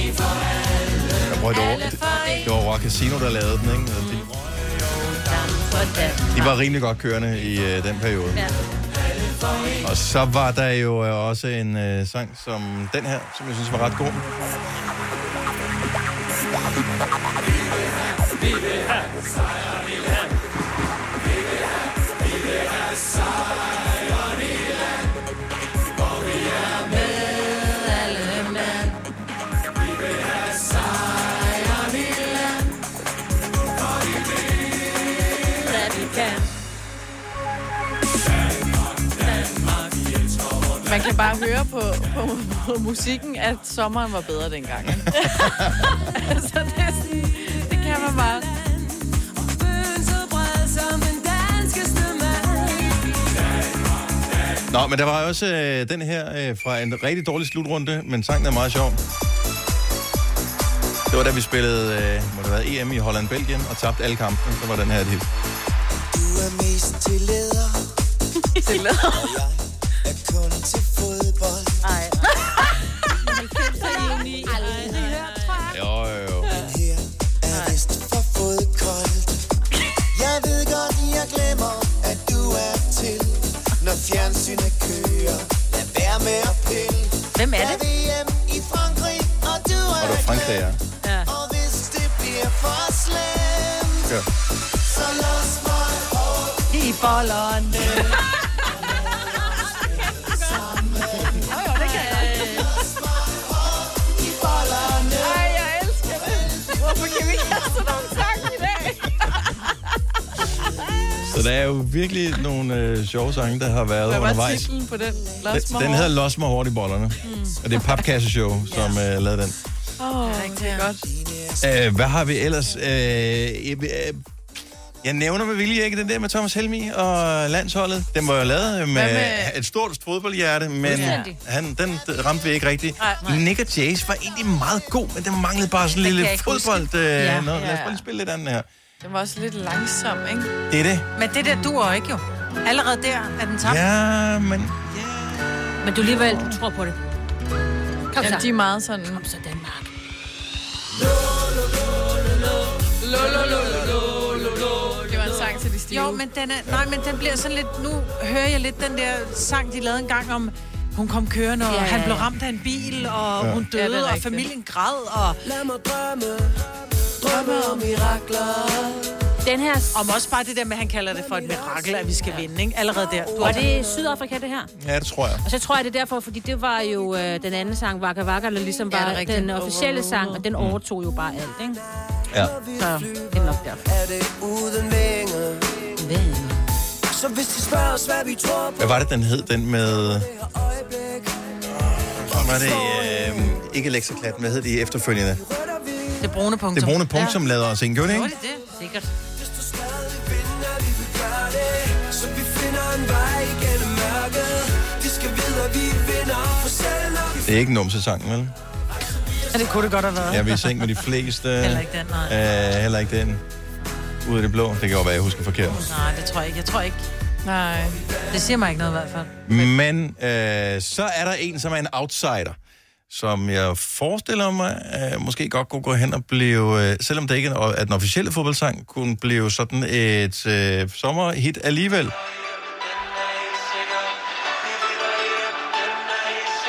Speaker 7: En for alle,
Speaker 1: Jeg prøver, det, var,
Speaker 7: Alle for en.
Speaker 1: det, det var Rock Casino, der lavede den, ikke? De,
Speaker 7: for Danmark.
Speaker 1: de var rimelig godt kørende i øh, den periode.
Speaker 7: Ja.
Speaker 1: Og så var der jo øh, også en øh, sang som den her, som jeg synes var ret god.
Speaker 7: Vi vil have sejr, vi vil have. Vi vil have, vi vil have sejr, vi vil have. Hvor vi er med alle mand. Vi vil have sejr, vi vil have. For vi ved, at vi kan.
Speaker 3: Man kan bare høre på, på, på musikken, at sommeren var bedre dengang. ikke? altså, det, er sådan, det kan man bare.
Speaker 1: Nå, men der var også øh, den her øh, fra en rigtig dårlig slutrunde, men sangen er meget sjov. Det var da vi spillede, øh, må det have været EM i Holland-Belgien, og tabte alle kampene. Så var den her et hit.
Speaker 7: Du er mest til leder. Til leder. Og jeg er kun til fodbold. Ej.
Speaker 1: Jo, jo, jo.
Speaker 7: er vist for fodkoldt. Jeg ved godt, jeg glemmer, at du er til, når fjernsynet kører. Lad være med at pille.
Speaker 4: Hvem er
Speaker 7: Der
Speaker 4: det?
Speaker 7: VM i Frankrig, og du
Speaker 1: Og
Speaker 7: er
Speaker 1: det var Frankrig, ja.
Speaker 7: Ja. Og hvis det bliver for slemt,
Speaker 1: ja.
Speaker 7: så los mig op i bollerne. Sammen. Jo, jo, det kan jeg.
Speaker 1: Så der er jo virkelig nogle øh, sjove sange, der har været
Speaker 3: Hvad var
Speaker 1: undervejs.
Speaker 3: titlen på den? Los
Speaker 1: Den, den hedder Los mig hårdt i bollerne. Mm. Og det er Papkasse Show, som øh, lavede den.
Speaker 3: Åh, oh, det er godt.
Speaker 1: Øh, hvad har vi ellers? Øh, jeg, øh, jeg nævner med vilje ikke den der med Thomas Helmi og landsholdet. Den var jo lavet med,
Speaker 10: Hvad
Speaker 1: med?
Speaker 10: med-
Speaker 1: et stort fodboldhjerte, men
Speaker 10: Fuldstændig.
Speaker 1: han, den ramte vi ikke rigtigt.
Speaker 10: Nej, nej.
Speaker 1: Nick og Chase var egentlig meget god, men den manglede bare sådan en
Speaker 3: Den
Speaker 1: lille
Speaker 3: kan jeg ikke
Speaker 1: fodbold.
Speaker 3: huske.
Speaker 1: Øh,
Speaker 3: Ja.
Speaker 1: ja. noget. Lad os
Speaker 3: Ja.
Speaker 1: bare lige spille lidt andet her.
Speaker 3: Den var også lidt langsom, ikke?
Speaker 1: Det er det.
Speaker 2: Men det der duer ikke jo. Allerede der er den tabt.
Speaker 1: Ja, men...
Speaker 4: Men du alligevel du tror på det. Kom
Speaker 3: Jamen,
Speaker 4: så.
Speaker 3: de er meget sådan... Kom
Speaker 4: så, Danmark.
Speaker 3: Det var en sang til de stive.
Speaker 2: Jo, men den, er, nej, men den bliver sådan lidt... Nu hører jeg lidt den der sang, de lavede engang om... Hun kom kørende, og
Speaker 3: Ja.
Speaker 2: ja. han blev ramt af en bil, og
Speaker 3: Ja.
Speaker 2: ja. hun
Speaker 3: Ja,
Speaker 2: døde,
Speaker 3: det er
Speaker 2: ja, og
Speaker 3: rigtigt.
Speaker 2: familien græd, og... Lad mig drømme, drømme om mirakler.
Speaker 4: Den her...
Speaker 2: Om også bare det der med, at han kalder det for et mirakel, at vi skal vinde, ikke? Allerede der. Du
Speaker 4: Og det er Sydafrika, det her.
Speaker 1: Ja, det tror jeg.
Speaker 4: Og så tror jeg, det er derfor, fordi det var jo øh, den anden sang, Waka Waka, der ligesom
Speaker 2: Ja, det er
Speaker 4: var ja,
Speaker 2: rigtigt.
Speaker 4: den officielle sang, og
Speaker 1: Mm.
Speaker 4: den overtog jo bare alt, ikke?
Speaker 1: Ja.
Speaker 4: Så det er nok derfor.
Speaker 7: Er det uden vinger? Så hvis de spørger os, hvad vi tror på
Speaker 1: Hvad var det, den hed, den med... Var det øh, ikke Lexaklat, hvad hed de efterfølgende?
Speaker 2: Det brune punktum.
Speaker 1: Det brune punktum ja. lavede os en, gjorde det ikke?
Speaker 2: Gjorde det det? Sikkert.
Speaker 7: Så vi finder en vej igennem mørket De skal vide, at vi vinder For selv når vi
Speaker 1: Det er ikke numsesangen, vel?
Speaker 2: Ja, det kunne det godt have været.
Speaker 1: Jeg vil i seng med de fleste.
Speaker 2: Heller ikke den, nej.
Speaker 1: Øh, heller ikke den. Ud af det blå. Det kan jo være, jeg husker forkert.
Speaker 2: Nej, det tror jeg ikke. Jeg tror ikke. Nej. Det siger mig ikke noget i hvert fald.
Speaker 1: Men øh, så er der en, som er en outsider, som jeg forestiller mig, øh, måske godt kunne gå hen og blive, øh, selvom det ikke er en- er den officielle fodboldsang, kunne blive sådan et øh, sommerhit alligevel.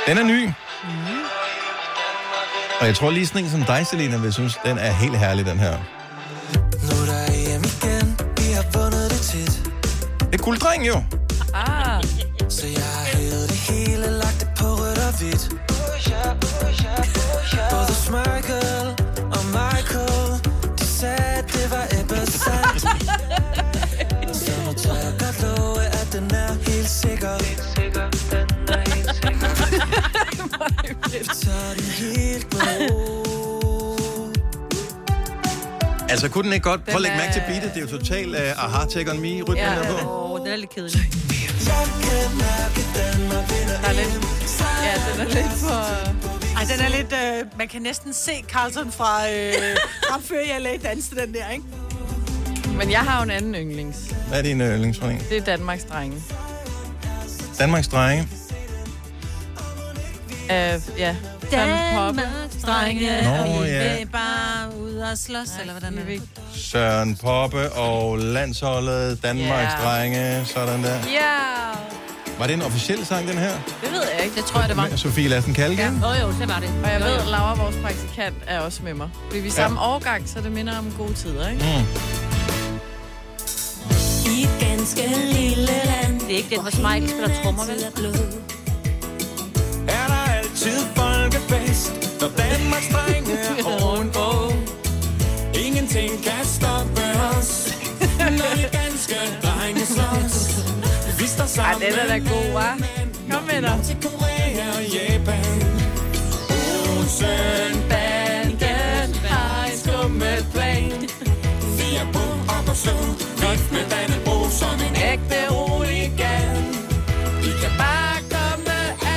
Speaker 1: Den er ny.
Speaker 2: Mm-hmm.
Speaker 1: Og jeg tror lige sådan en som dig, Selina, vil synes, den er helt herlig, den her.
Speaker 7: Nu er der hjem igen Vi har vundet det tit
Speaker 1: Det er gulddreng jo.
Speaker 7: ah. Så jeg har hævet det hele Lagt det på rødt og hvidt Både Smørkel og Michael De sagde, at det var æbbesandt Så nu tør jeg godt love, at den er helt sikker Helt sikker, den er helt sikker Vi tager den helt med
Speaker 1: Altså, kunne den ikke godt... Prøv at lægge
Speaker 4: er-
Speaker 1: mærke til beatet. Det er jo totalt uh, aha, take on me, rytmen ja, der på.
Speaker 4: Åh, den er lidt kedelig.
Speaker 3: Der er lidt... Ja, den er lidt for...
Speaker 2: Ej, den er lidt... Øh, man kan næsten se Carlton fra... Øh, ham før jeg lagde danse den der, ikke?
Speaker 3: Men jeg har jo en anden yndlings.
Speaker 1: Hvad er din øh, yndlingsforening?
Speaker 3: Det er Danmarks Drenge.
Speaker 1: Danmarks Drenge.
Speaker 3: Uh, ja.
Speaker 2: Danmarks drenge,
Speaker 1: Nå,
Speaker 2: og vi
Speaker 1: ja.
Speaker 2: vil bare ud og slås, Nej, eller hvordan er det?
Speaker 1: Søren Poppe og landsholdet. Danmarks
Speaker 2: Ja.
Speaker 1: yeah. Drenge. Sådan der.
Speaker 3: Ja,
Speaker 1: Var det en officiel sang, den her?
Speaker 3: det ved jeg ikke. Det tror jeg, det var.
Speaker 1: Med Sofie Lassen Kalke? Ja.
Speaker 4: Åh jo, det var det.
Speaker 3: Og jeg ved, Laura, vores praktikant, er også med mig. Fordi vi er samme årgang, så det minder om gode tider, ikke?
Speaker 1: Mm.
Speaker 7: I et ganske lille land
Speaker 4: Det er ikke den, hvor Smeichel spiller trommer, vel?
Speaker 7: Er der altid folkefest Når Danmarks drenge er ovenpå Ingenting kan stoppe os Når de danske drenge slås Vi står sammen
Speaker 3: den er da god, hva'? Kom med dig.
Speaker 7: Til Korea og Japan Olsenbanden har en skummel plan Vi er på op og slå Vift med Dannebro som en ægte hooligan I kan bare komme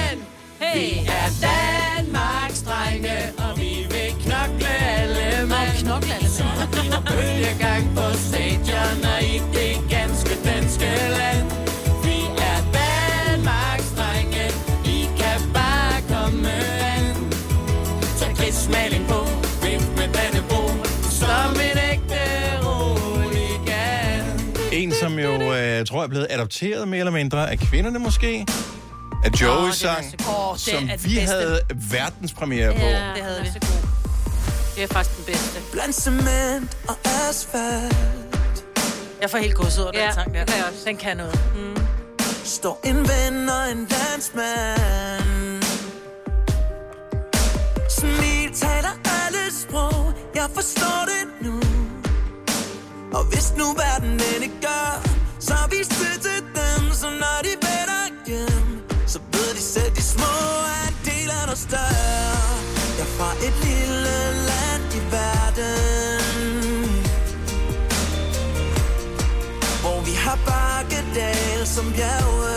Speaker 7: an
Speaker 4: Hey.
Speaker 7: Vi er Danmarks drenge Og vi vil knokle alle mand knokle alle Så der bliver bølgegang på stadion Og i det ganske danske land Vi er Danmarks drenge I kan bare komme an Tag krigsmaling på Vift med Dannebro Som en ægte hooligan
Speaker 1: En, som jo, øh, tror jeg, er blevet adopteret mere eller mindre af kvinderne måske. Af Joey's sang,
Speaker 4: Åh,
Speaker 1: som vi havde verdenspremiere på.
Speaker 4: Ja, det havde vi. Det er faktisk den bedste.
Speaker 7: Blandt cement og asfalt
Speaker 2: Jeg får helt godset over
Speaker 4: Ja,
Speaker 2: den sang der.
Speaker 4: det kan jeg også.
Speaker 2: Den kan noget.
Speaker 7: Står en ven og en landsmand Smil taler alle sprog Jeg forstår det nu Og hvis nu verden ikke gør Så vi støtter dem, så når de vender hjem Så ved de selv de små, at del er noget større Jeg er fra et lille land i verden Hvor vi har bakkedal som bjerge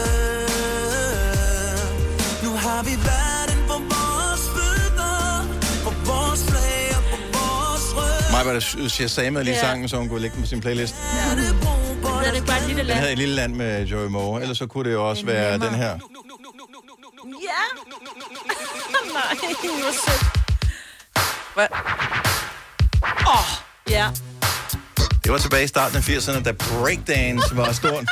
Speaker 7: Nu har vi verden på vores fødder På vores flag og på vores rød
Speaker 1: Mig var der Shazama lige
Speaker 7: Ja.
Speaker 1: sangen, så hun kunne lægge den på sin playlist.
Speaker 7: Det er det bare et lille
Speaker 1: Den havde et lille land med Joey Moore, ellers så kunne det jo også være den her.
Speaker 7: Ja. Nej, hvor sødt.
Speaker 2: Hvad? Åh, oh, ja.
Speaker 1: Det var tilbage i starten af 80'erne, da breakdance var stort.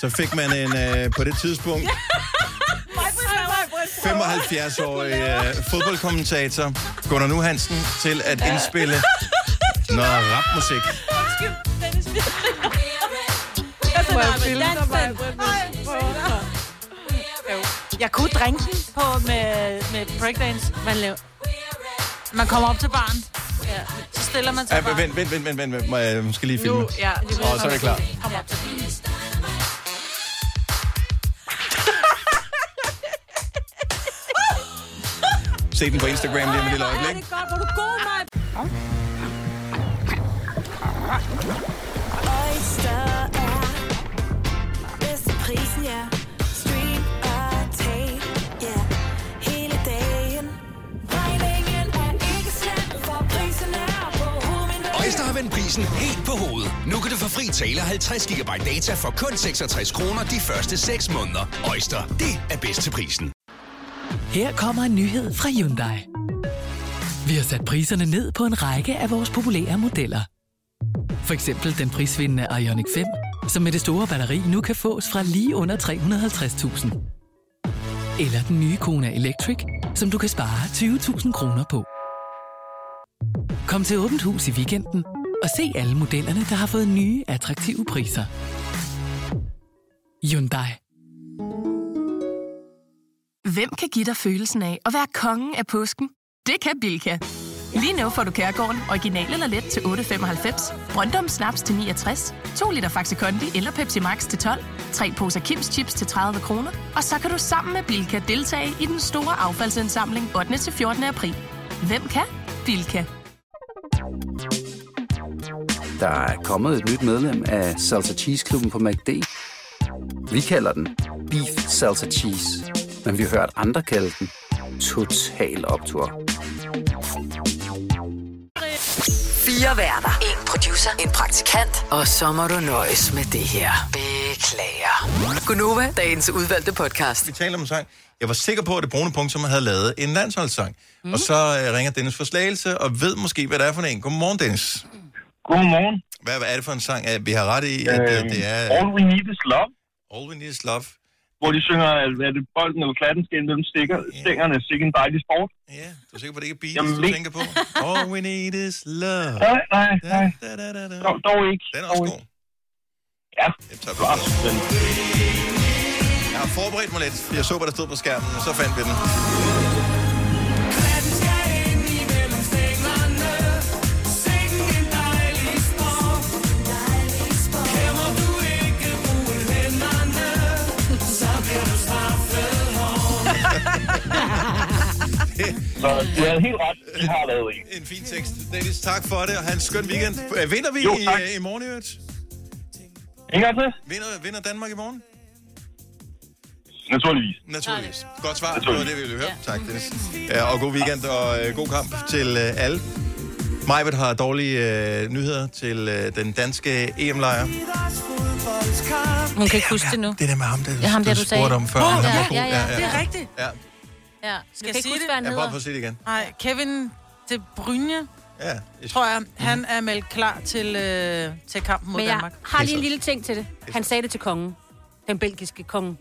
Speaker 1: Så fik man en, øh, på det tidspunkt,
Speaker 7: Mig, Britt, mig, Britt.
Speaker 1: 75-årig øh, fodboldkommentator, Gunnar Nu Hansen, til at indspille noget rapmusik.
Speaker 7: Undskyld, Dennis. Vi
Speaker 2: Jeg
Speaker 7: Må jeg
Speaker 2: filme
Speaker 7: filme dig, Maja Britt, mens du prøver?
Speaker 2: Jeg kunne drænke den på med, med breakdance. Man, laver. man kommer op til barn. Ja. Så stiller man sig
Speaker 1: Ja,
Speaker 2: bare.
Speaker 1: vent, vent, vent, vent, vent, vent. Må jeg måske lige filme?
Speaker 2: Nu, ja.
Speaker 1: Og så er vi klar.
Speaker 2: Kom op til barn.
Speaker 1: Se den på Instagram lige om et lille øjeblik.
Speaker 7: er godt, hvor du god, Maja. Oyster er bedst til prisen, ja. Stream og tag, ja. Hele dagen. Regningen er ikke slem, for prisen er på hovedet.
Speaker 18: Øjster har vendt prisen helt på hovedet. Nu kan du få fri tale 50 GB data for kun 66 kroner de første 6 måneder. Øjster, det er bedst til prisen.
Speaker 19: Her kommer en nyhed fra Hyundai. Vi har sat priserne ned på en række af vores populære modeller. For eksempel den prisvindende Ioniq 5, som med det store batteri nu kan fås fra lige under 350.000. Eller den nye Kona Electric, som du kan spare 20.000 kroner på. Kom til Åbent Hus i weekenden og se alle modellerne, der har fået nye, attraktive priser. Hyundai.
Speaker 20: Hvem kan give dig følelsen af at være kongen af påsken? Det kan Bilka. Lige nu får du Kærgården original eller let til 8.95, Brøndum Snaps til 69, 2 liter Faxi Kondi eller Pepsi Max til 12, 3 poser Kims Chips til 30 kroner, og så kan du sammen med Bilka deltage i den store affaldsindsamling 8. til 14. april. Hvem kan? Bilka.
Speaker 21: Der er kommet et nyt medlem af Salsa Cheese Klubben på MACD. Vi kalder den Beef Salsa Cheese, men vi har hørt andre kalde den Total Optor.
Speaker 5: Fire værter. En producer. En praktikant. Og så må du nøjes med det her. Beklager. Gunova, dagens udvalgte podcast.
Speaker 1: Vi taler om en sang. Jeg var sikker på, at det brune punkt, som havde lavet en landsholdssang. Mm.
Speaker 5: Mhm.
Speaker 1: Og så øh, ringer Dennis for Slagelse og ved måske, hvad det er for en. Godmorgen, Dennis.
Speaker 17: Godmorgen.
Speaker 1: Hvad, hvad er det for en sang? at Vi har ret i, at øh, det er...
Speaker 17: Øhm, All We Need Is Love.
Speaker 1: All We Need Is Love.
Speaker 17: Hvor de synger, at er det bolden eller klatten skal ind mellem stikker, stængerne, sikke en dejlig sport.
Speaker 1: Ja, du er sikker på, det ikke er Beatles,
Speaker 17: Jamen,
Speaker 1: du
Speaker 17: vi-
Speaker 1: tænker på? All we need is love.
Speaker 17: Nej, nej, nej. Dog, dog ikke.
Speaker 1: Den er også god.
Speaker 17: Ja.
Speaker 1: Jeg, tager på. jeg har forberedt mig lidt. Jeg så, hvad der stod på skærmen, og så fandt vi den.
Speaker 17: Så du havde helt ret. Vi har lavet en.
Speaker 1: En fin tekst. Dennis, tak for det, og have en skøn weekend. Øh, Vinder vi
Speaker 17: Jo,
Speaker 1: i,
Speaker 17: tak.
Speaker 1: øh, i morgen, i øvrigt?
Speaker 17: En gang til?
Speaker 1: Vinder, vinder Danmark i morgen?
Speaker 17: Naturligvis.
Speaker 1: Naturligvis. Godt svar. Det var det, vi ville høre. Tak, Dennis. Ja, og god weekend og øh, god kamp til øh, alle. Majbet har dårlige øh, nyheder til øh, den danske EM-lejr.
Speaker 4: Hun kan ikke huske det nu.
Speaker 1: Det der med ham, der,
Speaker 4: ja, ham der,
Speaker 1: du
Speaker 4: du sagde.
Speaker 1: spurgte om før.
Speaker 4: Åh,
Speaker 1: han
Speaker 4: ja,
Speaker 1: var god.
Speaker 4: ja, ja,
Speaker 2: Det er rigtigt.
Speaker 1: Ja,
Speaker 4: Ja.
Speaker 2: Skal
Speaker 4: Du
Speaker 2: jeg
Speaker 4: kan ikke
Speaker 2: sige
Speaker 4: huske,
Speaker 2: det?
Speaker 4: hvad han
Speaker 1: ja prøv at prøve
Speaker 4: hedder.
Speaker 1: at sige det igen.
Speaker 2: Nej, Kevin De Bruyne,
Speaker 1: Ja.
Speaker 2: tror
Speaker 1: Mhm.
Speaker 2: jeg, han er meldt klar til, øh, til kampen mod
Speaker 4: Men jeg
Speaker 2: Danmark.
Speaker 4: har lige en lille ting til det. Han sagde det til kongen. Den belgiske konge.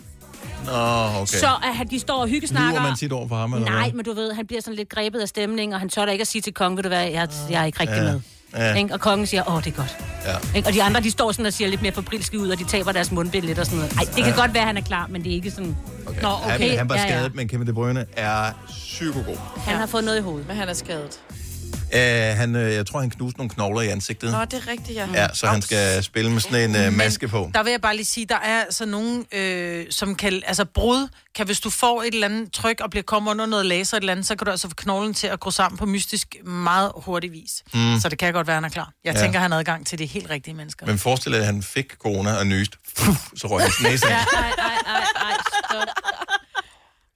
Speaker 1: Nå, Ah, okay.
Speaker 4: Så at han, de står og hyggesnakker.
Speaker 1: Lyver man tit over for ham, eller
Speaker 4: Nej,
Speaker 1: hvad?
Speaker 4: men du ved, han bliver sådan lidt grebet af stemningen, og han tør da ikke at sige til kongen, ved du hvad, jeg, jeg er ikke rigtig
Speaker 1: Ja.
Speaker 4: med.
Speaker 1: Ja.
Speaker 4: Ikke? Og kongen siger, åh, det er godt.
Speaker 1: Ja.
Speaker 4: Ikke? Og de andre, de står sådan og siger lidt mere fabrilske ud, og de taber deres mundbind lidt og sådan noget. Ej, det kan
Speaker 1: Ja.
Speaker 4: godt være, han er klar, men det er ikke sådan... Okay. Nå, okay.
Speaker 1: Han, han var
Speaker 4: ja,
Speaker 1: skadet,
Speaker 4: ja.
Speaker 1: men Kevin De Bruyne er psykogod.
Speaker 4: Han har fået noget i hovedet.
Speaker 3: Men han er skadet.
Speaker 1: Øh, han, øh, jeg tror, han knuste nogle knogler i ansigtet.
Speaker 2: Nå, det er rigtigt, ja.
Speaker 1: Ja, så han skal spille med sådan en øh, maske på.
Speaker 2: Der vil jeg bare lige sige, der er altså nogen, øh, som kan, altså brud, kan hvis du får et eller andet tryk og bliver kommet under noget laser et eller andet, så kan du altså få knoglen til at gro sammen på mystisk meget hurtig vis.
Speaker 1: Mm.
Speaker 2: Mm. Så det kan godt være, han er klar. Jeg
Speaker 1: Ja.
Speaker 2: ja. tænker, han har adgang til de helt rigtige mennesker.
Speaker 1: Men forestil dig, at han fik corona og nyst. Puh, så røg hans næse af.
Speaker 2: nej, nej, nej, stop.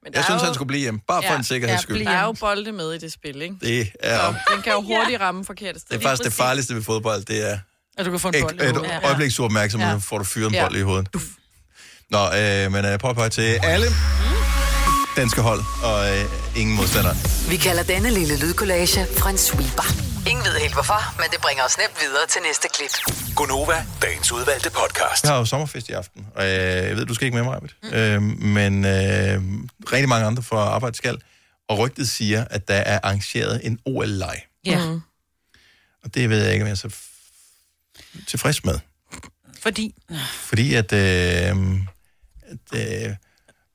Speaker 3: Men
Speaker 1: Jeg synes, han skulle blive hjemme. Bare for en sikkerheds skyld.
Speaker 3: Der er jo bolde med i det spil, ikke?
Speaker 1: Det er,
Speaker 3: Den kan jo hurtigt ramme forkert sted.
Speaker 1: det er faktisk det farligste ved fodbold, det er
Speaker 2: Og du kan få en bold. i
Speaker 1: et,
Speaker 2: hovedet.
Speaker 1: et øjebliks uopmærksomhed,
Speaker 2: Ja.
Speaker 1: ja. får du fyret en
Speaker 2: Ja.
Speaker 1: bold i hovedet. Nå, øh, men øh, prøv at pege til alle
Speaker 2: Mm.
Speaker 1: danske hold og øh, ingen modstandere.
Speaker 5: Vi kalder denne lille lydkollage en sweeper. Ingen ved helt hvorfor, men det bringer os nemt videre til næste klip.
Speaker 12: Gunova, dagens udvalgte podcast.
Speaker 1: Jeg har jo sommerfest i aften, og øh, jeg ved, du skal ikke med mig, Arbet. Mm. Øh, men øh, rigtig mange andre fra arbejde skal. Og rygtet siger, at der er arrangeret en OL-leg.
Speaker 2: Ja.
Speaker 1: Og det ved jeg ikke, om jeg er så f- tilfreds med.
Speaker 2: Fordi...
Speaker 1: Fordi at... Øh, at øh,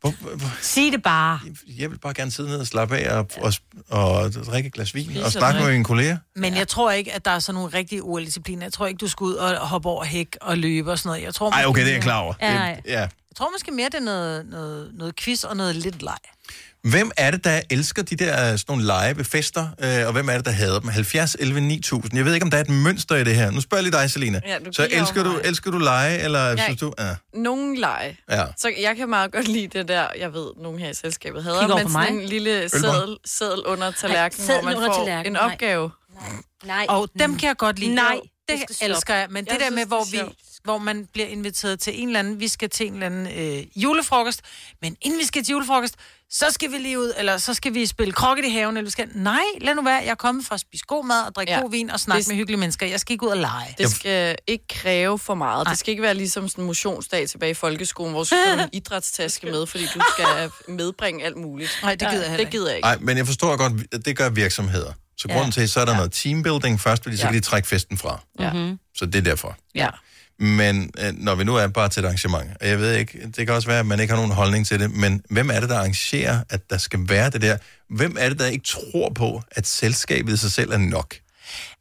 Speaker 1: hvor, hvor, hvor,
Speaker 4: Sig det bare.
Speaker 1: jeg vil bare gerne sidde ned og slappe af og, og, og drikke et glas vin
Speaker 2: Spise
Speaker 1: og snakke
Speaker 2: noget.
Speaker 1: med mine kolleger.
Speaker 2: Men jeg tror ikke, at der er sådan nogle rigtige OL-discipliner. Jeg tror ikke, du skal ud og hoppe over hæk og løbe og sådan noget. Jeg tror,
Speaker 1: Ej,
Speaker 2: måske-
Speaker 1: okay, det er jeg klar over.
Speaker 2: Ja,
Speaker 1: Det-
Speaker 2: nej.
Speaker 1: ja.
Speaker 2: Jeg tror måske mere, det er noget, noget, noget quiz og noget lidt leg.
Speaker 1: Hvem er det, der elsker de der øh, sådan nogle lege ved fester, øh, og hvem er det, der hader dem? 70, 11, 9000. Jeg ved ikke, om der er et mønster i det her. Nu spørger jeg lige dig, Selina.
Speaker 3: Ja, du
Speaker 1: så
Speaker 3: kigger
Speaker 1: elsker
Speaker 3: over
Speaker 1: du,
Speaker 3: mig.
Speaker 1: elsker du lege, eller
Speaker 3: Nej.
Speaker 1: synes du... Ja.
Speaker 3: Nogen lege.
Speaker 1: Ja.
Speaker 3: Så jeg kan meget godt lide det der, jeg ved, nogen her i selskabet
Speaker 4: Kig
Speaker 3: hader,
Speaker 4: over
Speaker 3: men
Speaker 4: på
Speaker 3: sådan
Speaker 4: mig.
Speaker 3: en lille
Speaker 4: Ølmund.
Speaker 3: sædel, sædel under tallerkenen,
Speaker 4: sædel
Speaker 3: hvor man
Speaker 4: under
Speaker 3: får
Speaker 4: tallerkenen,
Speaker 3: en
Speaker 4: nej.
Speaker 3: opgave.
Speaker 4: Nej.
Speaker 2: Og dem kan jeg godt lide.
Speaker 4: Nej,
Speaker 2: det,
Speaker 4: det skal
Speaker 2: det
Speaker 4: stoppe.
Speaker 2: elsker jeg. Men det
Speaker 4: Jeg
Speaker 2: der
Speaker 4: synes,
Speaker 2: med,
Speaker 4: det er
Speaker 2: hvor, vi, hvor man bliver inviteret til en eller anden, vi skal til en eller anden øh, julefrokost, men inden vi skal til julefrokost, så skal vi lige ud, eller så skal vi spille krokket i haven, eller vi skal... Nej, lad nu være, jeg er kommet for at spise god mad og drikke ja.
Speaker 3: Ja.
Speaker 2: god vin og snakke
Speaker 3: Det-
Speaker 2: med hyggelige mennesker. Jeg skal ikke ud og lege.
Speaker 3: Det skal ikke kræve for meget. Det skal ikke være ligesom sådan en motionsdag tilbage i folkeskolen, hvor du skal have en idrætstaske med, fordi du skal medbringe alt muligt.
Speaker 2: Nej, det gider jeg heller
Speaker 3: Det
Speaker 2: ikke.
Speaker 3: gider jeg ikke.
Speaker 1: Nej, men jeg forstår godt, at det gør virksomheder. Så
Speaker 3: Ja.
Speaker 1: grunden til, så er der noget teambuilding først, fordi så
Speaker 3: Ja.
Speaker 1: kan de trække festen fra.
Speaker 4: Mhm.
Speaker 3: Mm-hmm.
Speaker 1: Så det er derfor.
Speaker 3: Ja.
Speaker 1: Men øh, når vi nu er bare til et arrangement, og jeg ved ikke, det kan også være, at man ikke har nogen holdning til det, men hvem er det, der arrangerer, at der skal være det der? Hvem er det, der ikke tror på, at selskabet i sig selv er nok?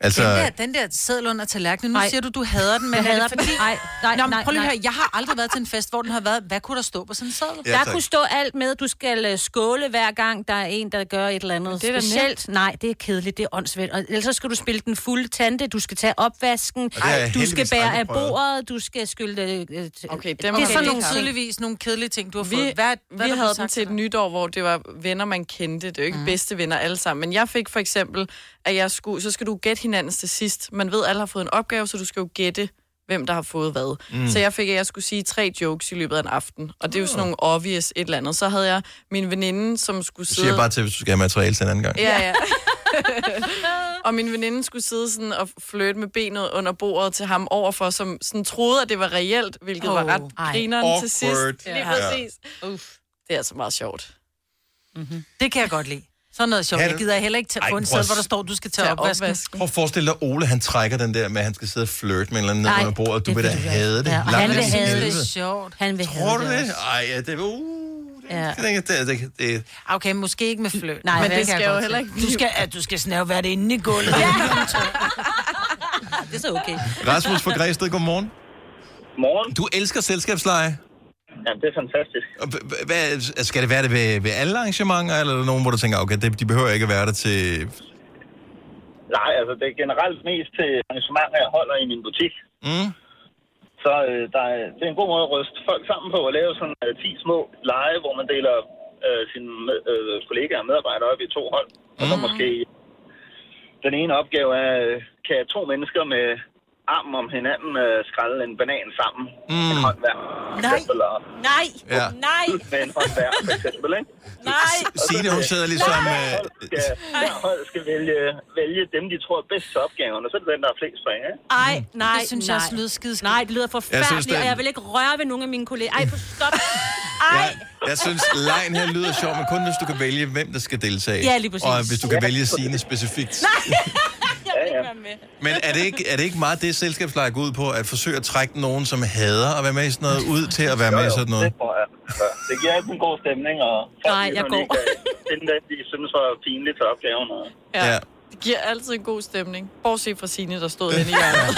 Speaker 1: Altså,
Speaker 2: Den der, den der sædel under tallerkenen, nu
Speaker 4: Ej.
Speaker 2: siger du, du hader den, men
Speaker 4: Jeg
Speaker 2: er
Speaker 4: hader
Speaker 2: det fordi...
Speaker 4: den. Ej, nej,
Speaker 2: Nå, men
Speaker 4: nej,
Speaker 2: prøv lige at
Speaker 4: nej.
Speaker 2: høre, jeg har aldrig været til en fest, hvor den har været, hvad kunne der stå på sådan en sædel?
Speaker 4: Ja, der kunne stå alt med, du skal øh, skåle hver gang, der er en, der gør et eller andet
Speaker 2: det er da
Speaker 4: det specielt. Nej, det er kedeligt, det er åndssvendt. Og ellers så skal du spille den fulde tante, du skal tage opvasken,
Speaker 2: har jeg
Speaker 4: du skal
Speaker 2: heldigvis
Speaker 4: bære
Speaker 2: aldrig
Speaker 4: af
Speaker 2: prøvet.
Speaker 4: bordet, du skal skylde... Øh, øh, okay,
Speaker 3: dem
Speaker 2: det
Speaker 3: har
Speaker 2: er
Speaker 3: vi
Speaker 2: sådan
Speaker 3: ikke
Speaker 2: nogle
Speaker 3: haft.
Speaker 2: tydeligvis nogle kedelige ting, du har
Speaker 3: Vi,
Speaker 2: fået. Hvad, hvad
Speaker 3: vi havde
Speaker 2: der blevet
Speaker 3: den
Speaker 2: sagt
Speaker 3: til et nytår, hvor det var venner, man kendte. Det er jo ikke mm. bedste venner alle sammen. Men jeg fik for eksempel, at jeg skulle, så skal du gætte hinandens til sidst. Man ved, alle har fået en opgave, så du skal jo gætte, hvem der har fået hvad.
Speaker 4: Mm.
Speaker 3: Mm. Så jeg fik, at jeg skulle sige tre jokes i løbet af en aften. Og det er
Speaker 1: Mm.
Speaker 3: jo sådan nogle obvious et eller andet. Så havde jeg min veninde, som skulle
Speaker 1: du
Speaker 3: sidde...
Speaker 1: siger bare til, hvis du skal have materiale til en anden gang.
Speaker 3: Ja, ja. og min veninde skulle sidde sådan og flirte med benet under bordet til ham overfor, som sådan troede, at det var reelt, hvilket oh,
Speaker 4: Åh,
Speaker 3: var ret
Speaker 4: ej.
Speaker 3: grineren til sidst.
Speaker 4: Awkward.
Speaker 3: Lige
Speaker 4: Ja.
Speaker 3: præcis. Det er altså meget sjovt.
Speaker 2: Mm-hmm. Det kan jeg godt lide. Sådan noget sjovt.
Speaker 1: Ja,
Speaker 2: Jeg
Speaker 1: det-
Speaker 2: gider heller ikke tage
Speaker 1: Ej,
Speaker 2: på en
Speaker 1: prøv
Speaker 2: sæde,
Speaker 1: at-
Speaker 2: hvor der står, du skal tage
Speaker 3: Tag
Speaker 2: opvasken.
Speaker 3: opvasken.
Speaker 1: Prøv at forestille dig, Ole, han trækker den der med, at han skal sidde og flirte med en eller anden ned
Speaker 2: Nej,
Speaker 1: under bordet. Du
Speaker 2: det
Speaker 1: vil da
Speaker 2: vil du ikke.
Speaker 1: have det.
Speaker 2: Ja,
Speaker 1: Langt
Speaker 2: han vil
Speaker 1: ned i
Speaker 2: have det.
Speaker 1: helvede.
Speaker 2: Det er sjovt.
Speaker 4: Han vil
Speaker 1: Tror du det? Ej, ja, det, uh, det,
Speaker 2: Ja.
Speaker 1: det, det, det, det,
Speaker 2: Okay, måske ikke med fløt.
Speaker 4: Nej,
Speaker 2: men
Speaker 4: det
Speaker 2: det
Speaker 4: skal
Speaker 2: kan
Speaker 4: jo
Speaker 2: jeg godt heller
Speaker 4: heller ikke
Speaker 2: ikke. Du skal, ja, du skal snæve, hvad er det inde i gulvet.
Speaker 4: det er så okay.
Speaker 1: Rasmus fra Græsted, godmorgen.
Speaker 17: Morgen.
Speaker 1: Du elsker selskabsleje.
Speaker 17: Jamen, det er fantastisk.
Speaker 1: Og h- h- Hvad, skal det være det ved, ved alle arrangementer, eller er der nogen, hvor du tænker, okay, det, de behøver ikke at være der til...
Speaker 17: Nej, altså det er generelt mest til arrangementer, jeg holder i min butik.
Speaker 1: Mm.
Speaker 17: Så øh, der er, det er en god måde at ryste folk sammen på at lave sådan øh, 10 små lege, hvor man deler øh, sine med, øh, kollegaer og medarbejdere op i to hold. Og så måske den ene opgave er, øh, kan to mennesker med armen om hinanden øh, skrælle en banan sammen? Mm. En hånd hver. Nej. Eller,
Speaker 4: Nej,
Speaker 1: Ja.
Speaker 4: nej,
Speaker 17: med en hånd hver, for eksempel, ikke?
Speaker 4: nej.
Speaker 1: Signe, hun sidder ligesom... Øh,
Speaker 17: Skal, hver hold skal vælge, vælge dem, de tror er bedst til opgaven, og så er det den, der er flest for, ikke?
Speaker 4: Ej, nej,
Speaker 2: Mm. Det synes
Speaker 4: nej.
Speaker 2: jeg også lyder skideskidt.
Speaker 4: Nej, det lyder forfærdeligt, jeg
Speaker 1: Jeg synes,
Speaker 4: synes,
Speaker 1: det er-
Speaker 4: og jeg vil ikke røre ved nogen af mine kolleger. Ej, for stop.
Speaker 1: jeg, jeg synes, lejen her lyder sjov, men kun hvis du kan vælge, hvem der skal deltage.
Speaker 4: Ja, lige præcis.
Speaker 1: Og hvis du kan vælge Signe specifikt.
Speaker 4: Jeg vil ikke være med.
Speaker 1: Men er det ikke, er det ikke meget det, selskabsleje går ud på, at forsøge at trække nogen, som hader at være med i sådan noget, ud til at være med i sådan noget?
Speaker 17: Det, tror jeg. Så det giver altid en god stemning, og folk, ligesom
Speaker 4: Nej, jeg
Speaker 17: de sådan
Speaker 4: går.
Speaker 17: ikke, øh, den, der, de synes var pinligt til opgaven. Og...
Speaker 1: Ja.
Speaker 3: giver altid en god stemning. Bortset fra Signe, der stod henne i hjørnet.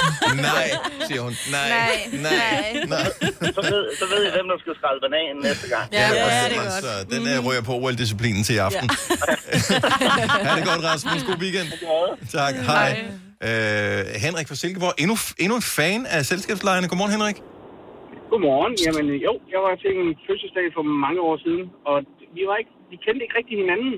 Speaker 1: Nej, siger hun. Nej,
Speaker 3: Nej,
Speaker 1: nej, nej.
Speaker 17: så, ved, så ved I, hvem der skal skrælle bananen næste gang.
Speaker 1: Ja, ja det er godt. Så den der rører på OL-disciplinen til i aften. Ja. ha' det godt, Rasmus. God weekend. Tak, hej. Øh, Henrik fra Silkeborg, endnu, endnu en fan af selskabslejerne. Godmorgen, Henrik.
Speaker 11: Godmorgen. Jamen øh, jo, jeg var til en fødselsdag for mange år siden, og vi, var ikke, vi kendte ikke rigtig hinanden.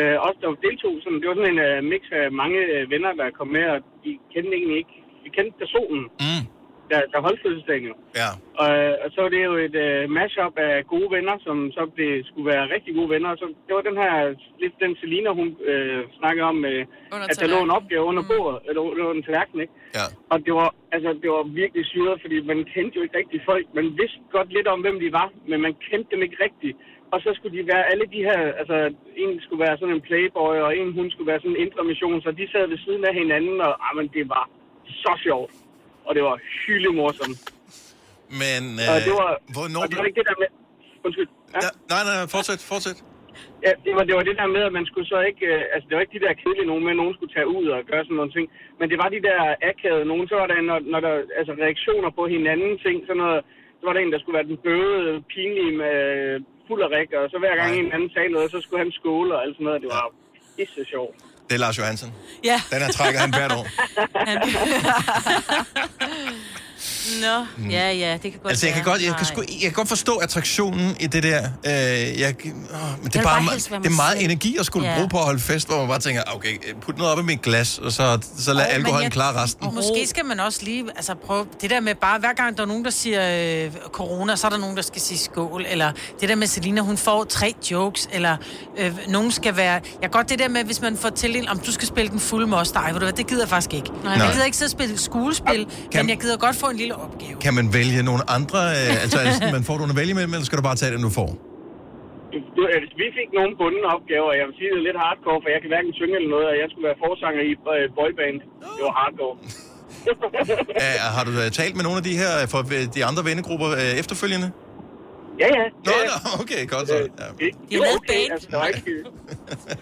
Speaker 11: Øh, os, der deltog, sådan, det var sådan en øh, mix af mange øh, venner, der kom med, og vi kendte egentlig ikke. Vi kendte personen,
Speaker 1: mm.
Speaker 11: der, der holdt fødselsdagen jo.
Speaker 1: Ja.
Speaker 11: Og, og så er det jo et øh, mashup af gode venner, som så blev, skulle være rigtig gode venner. Og så, det var den her, lidt den Selina, hun øh, snakkede om, øh, at der lå en opgave under bordet, eller under en tallerken, ikke?
Speaker 1: Ja.
Speaker 11: Og det var, altså, det var virkelig syret, fordi man kendte jo ikke rigtig folk. Man vidste godt lidt om, hvem de var, men man kendte dem ikke rigtigt. Og så skulle de være alle de her, altså en skulle være sådan en playboy, og en hun skulle være sådan en indre mission, så de sad ved siden af hinanden, og ah, men det var så sjovt. Og det var hyldemorsomt.
Speaker 1: Men
Speaker 11: og
Speaker 1: øh,
Speaker 11: det var,
Speaker 1: hvornår...
Speaker 11: og det var ikke det der med... Undskyld. Ja?
Speaker 1: Nej, nej, fortsæt, fortsæt.
Speaker 11: Ja, det var, det var det der med, at man skulle så ikke... Øh, altså, det var ikke de der kedelige nogen med, at nogen skulle tage ud og gøre sådan nogle ting. Men det var de der akavede nogen. Så var der, når, når der altså, reaktioner på hinanden ting, sådan noget... Så var der en, der skulle være den bøvede, pinlige med øh, fulderik, og så hver gang en anden sagde noget, så skulle han skåle og alt sådan noget. Det var pisse sjovt.
Speaker 1: Det er Lars Johansen.
Speaker 11: Ja.
Speaker 1: Den her trækker han hvert år.
Speaker 4: Nå, ja, ja, det kan godt
Speaker 1: Mm. Altså, jeg kan
Speaker 4: være.
Speaker 1: godt, jeg kan, sgu, jeg kan godt forstå attraktionen i det der. Øh, jeg, åh, men det er,
Speaker 4: vil
Speaker 1: bare,
Speaker 4: bare
Speaker 1: me-
Speaker 4: helst være
Speaker 1: det er
Speaker 4: mig
Speaker 1: meget
Speaker 4: selv.
Speaker 1: energi at skulle
Speaker 4: Ja.
Speaker 1: bruge på at holde fest, hvor man bare tænker, okay, put noget op i mit glas, og så, så lad
Speaker 2: Åh, men
Speaker 1: alkoholen
Speaker 2: jeg-
Speaker 1: klare resten.
Speaker 2: Måske skal man også lige altså, prøve det der med bare, hver gang der er nogen, der siger øh, corona, så er der nogen, der skal sige skål, eller det der med Selina, hun får tre jokes, eller øh, nogen skal være... Jeg kan godt det der med, hvis man får tildelt, om du skal spille den fulde moster, ej, ved du hvad, det gider jeg faktisk ikke. Nej.
Speaker 1: Nej.
Speaker 2: Jeg gider ikke sidde og spille skuespil,
Speaker 1: Kan-
Speaker 2: men jeg gider godt få en lille opgave.
Speaker 1: Kan man vælge nogle andre? Øh, altså, er det sådan, man får du at vælge mellem, eller skal du bare tage den, du får?
Speaker 11: Det- altså, Vi fik nogle bundne opgaver, og jeg vil sige, det er lidt hardcore, for jeg kan hverken synge eller noget, og jeg skulle være forsanger i øh, boyband. Det var hardcore.
Speaker 1: Æ, har du øh, talt med nogle af de her, øh, for øh, de andre vennegrupper øh, efterfølgende?
Speaker 11: Ja, ja.
Speaker 1: Nå, nå, okay, godt så. Ja.
Speaker 11: De er lavet okay, altså, der er ikke...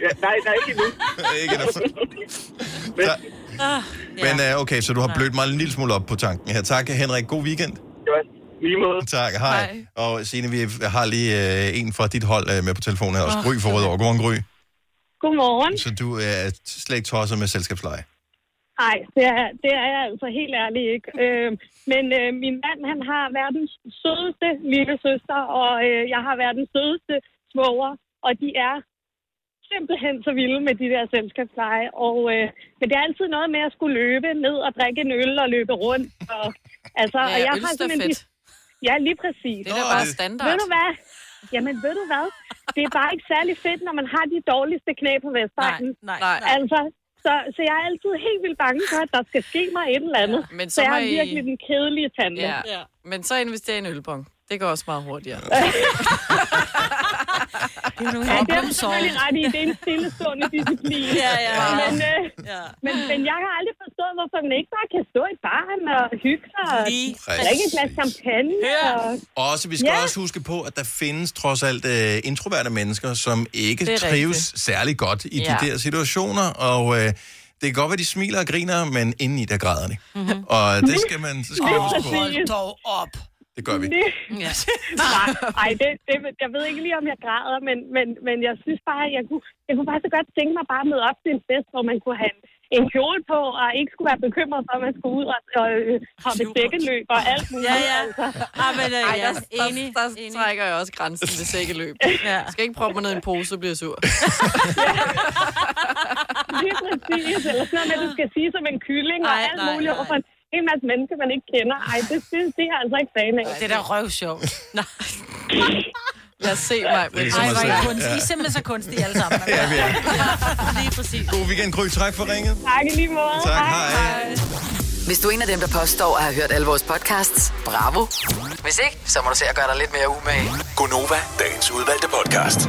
Speaker 11: Ja, nej, der er ikke endnu.
Speaker 1: ikke endnu.
Speaker 11: Ah,
Speaker 1: Men øh, okay, så du har blødt mig en lille smule op på tanken her. Tak, Henrik. God weekend.
Speaker 11: Lige måde.
Speaker 1: Tak, hej.
Speaker 11: Hej.
Speaker 1: Og Signe, vi har lige øh, en fra dit hold øh, med på telefonen her, også
Speaker 22: Åh,
Speaker 1: Gry for Rødovre. Godmorgen, Gry.
Speaker 22: Godmorgen.
Speaker 1: Så du er slet ikke tosset med selskabsleje.
Speaker 22: Nej, det er, det er jeg altså helt ærlig ikke. Øh, men øh, min mand, han har verdens sødeste lille søster, og øh, jeg har verdens sødeste svoger, og de er simpelthen så vilde med de der selskabsleje. Og, øh, men det er altid noget med at skulle løbe ned og drikke en øl og løbe rundt. Og, altså,
Speaker 3: Ja,
Speaker 22: og jeg har
Speaker 3: ølstafet.
Speaker 22: simpelthen... de- Ja, lige præcis.
Speaker 3: Det er da Nå, bare det- standard.
Speaker 22: Ved du hvad? Jamen, ved du hvad? Det er bare ikke særlig fedt, når man har de dårligste knæ på Vestegnen.
Speaker 3: Nej, nej, nej.
Speaker 22: Altså, så, så jeg er altid helt vildt bange for, at der skal ske mig et eller andet. Ja,
Speaker 3: men
Speaker 22: så,
Speaker 3: så
Speaker 22: så jeg
Speaker 3: må
Speaker 22: er
Speaker 3: I-
Speaker 22: virkelig den kedelige tante.
Speaker 3: Ja. ja. Men så investerer i en ølbong. Det går også meget hurtigere.
Speaker 22: Det er
Speaker 3: nogle
Speaker 22: ja, det er
Speaker 3: problem
Speaker 22: du selvfølgelig
Speaker 3: solved.
Speaker 22: ret i. Det er en stillestående disciplin.
Speaker 3: Ja, ja.
Speaker 22: Men, øh, ja. men, men jeg har aldrig forstået, hvorfor man ikke bare kan stå i baren og hygge sig og
Speaker 1: Lige
Speaker 22: drikke et glas
Speaker 1: præcis.
Speaker 22: champagne. Og...
Speaker 1: Også, vi skal
Speaker 22: Ja.
Speaker 1: også huske på, at der findes trods alt øh, introverte mennesker, som
Speaker 22: Det
Speaker 1: ikke
Speaker 22: er
Speaker 1: trives
Speaker 22: rigtigt.
Speaker 1: særlig godt i
Speaker 22: Ja.
Speaker 1: de der situationer, og øh, det kan godt være, de smiler og griner, men indeni der græder de.
Speaker 4: Mhm.
Speaker 1: Mm-hmm. Og det skal man, det skal man huske på.
Speaker 22: Hold dog op.
Speaker 1: Det gør vi.
Speaker 22: Ja. Nej, ej, det, det, jeg ved ikke lige, om jeg græder, men, men, men jeg synes bare, jeg kunne, jeg kunne bare så godt tænke mig bare at møde op til en fest, hvor man kunne have en, en kjole på, og ikke skulle være bekymret for, at man skulle ud og, og øh, hoppe dækkeløb og alt muligt. Altså,
Speaker 3: Ja, ja. Ah, men, øh,
Speaker 22: Ej,
Speaker 3: ja.
Speaker 22: der-
Speaker 3: Der, der, der trækker jeg også grænsen ved sækkeløb. ja. Skal ikke proppe mig ned i en pose, så bliver jeg sur.
Speaker 22: Lige præcis. Eller sådan noget med, at du skal sige som en kylling og
Speaker 2: Nej,
Speaker 22: alt
Speaker 2: nej,
Speaker 22: muligt
Speaker 2: nej.
Speaker 22: overfor en hel masse mennesker, man ikke kender. Ej, det, det, det er jeg altså ikke fan af.
Speaker 2: Det er da røvsjovt.
Speaker 3: Lad os se mig.
Speaker 1: Det er ligesom Ej, at hvor I se- kunst-
Speaker 2: Ja. I er simpelthen så kunstige alle sammen. ja,
Speaker 1: vi er.
Speaker 2: Lige præcis.
Speaker 1: God weekend, Gry. Tak for ringet.
Speaker 22: Tak i lige måde.
Speaker 1: Tak, hej.
Speaker 5: Hvis du er en af dem, der påstår at have hørt alle vores podcasts, bravo. Hvis ikke, så må du se at gøre dig lidt mere umage.
Speaker 12: Gonova, dagens udvalgte podcast.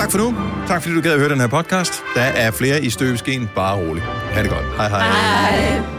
Speaker 1: Tak for nu. Tak fordi du gad at høre den her podcast. Der er flere i støbeskeen. Bare rolig. Ha' det godt. Hej hej. hej.
Speaker 7: Hej.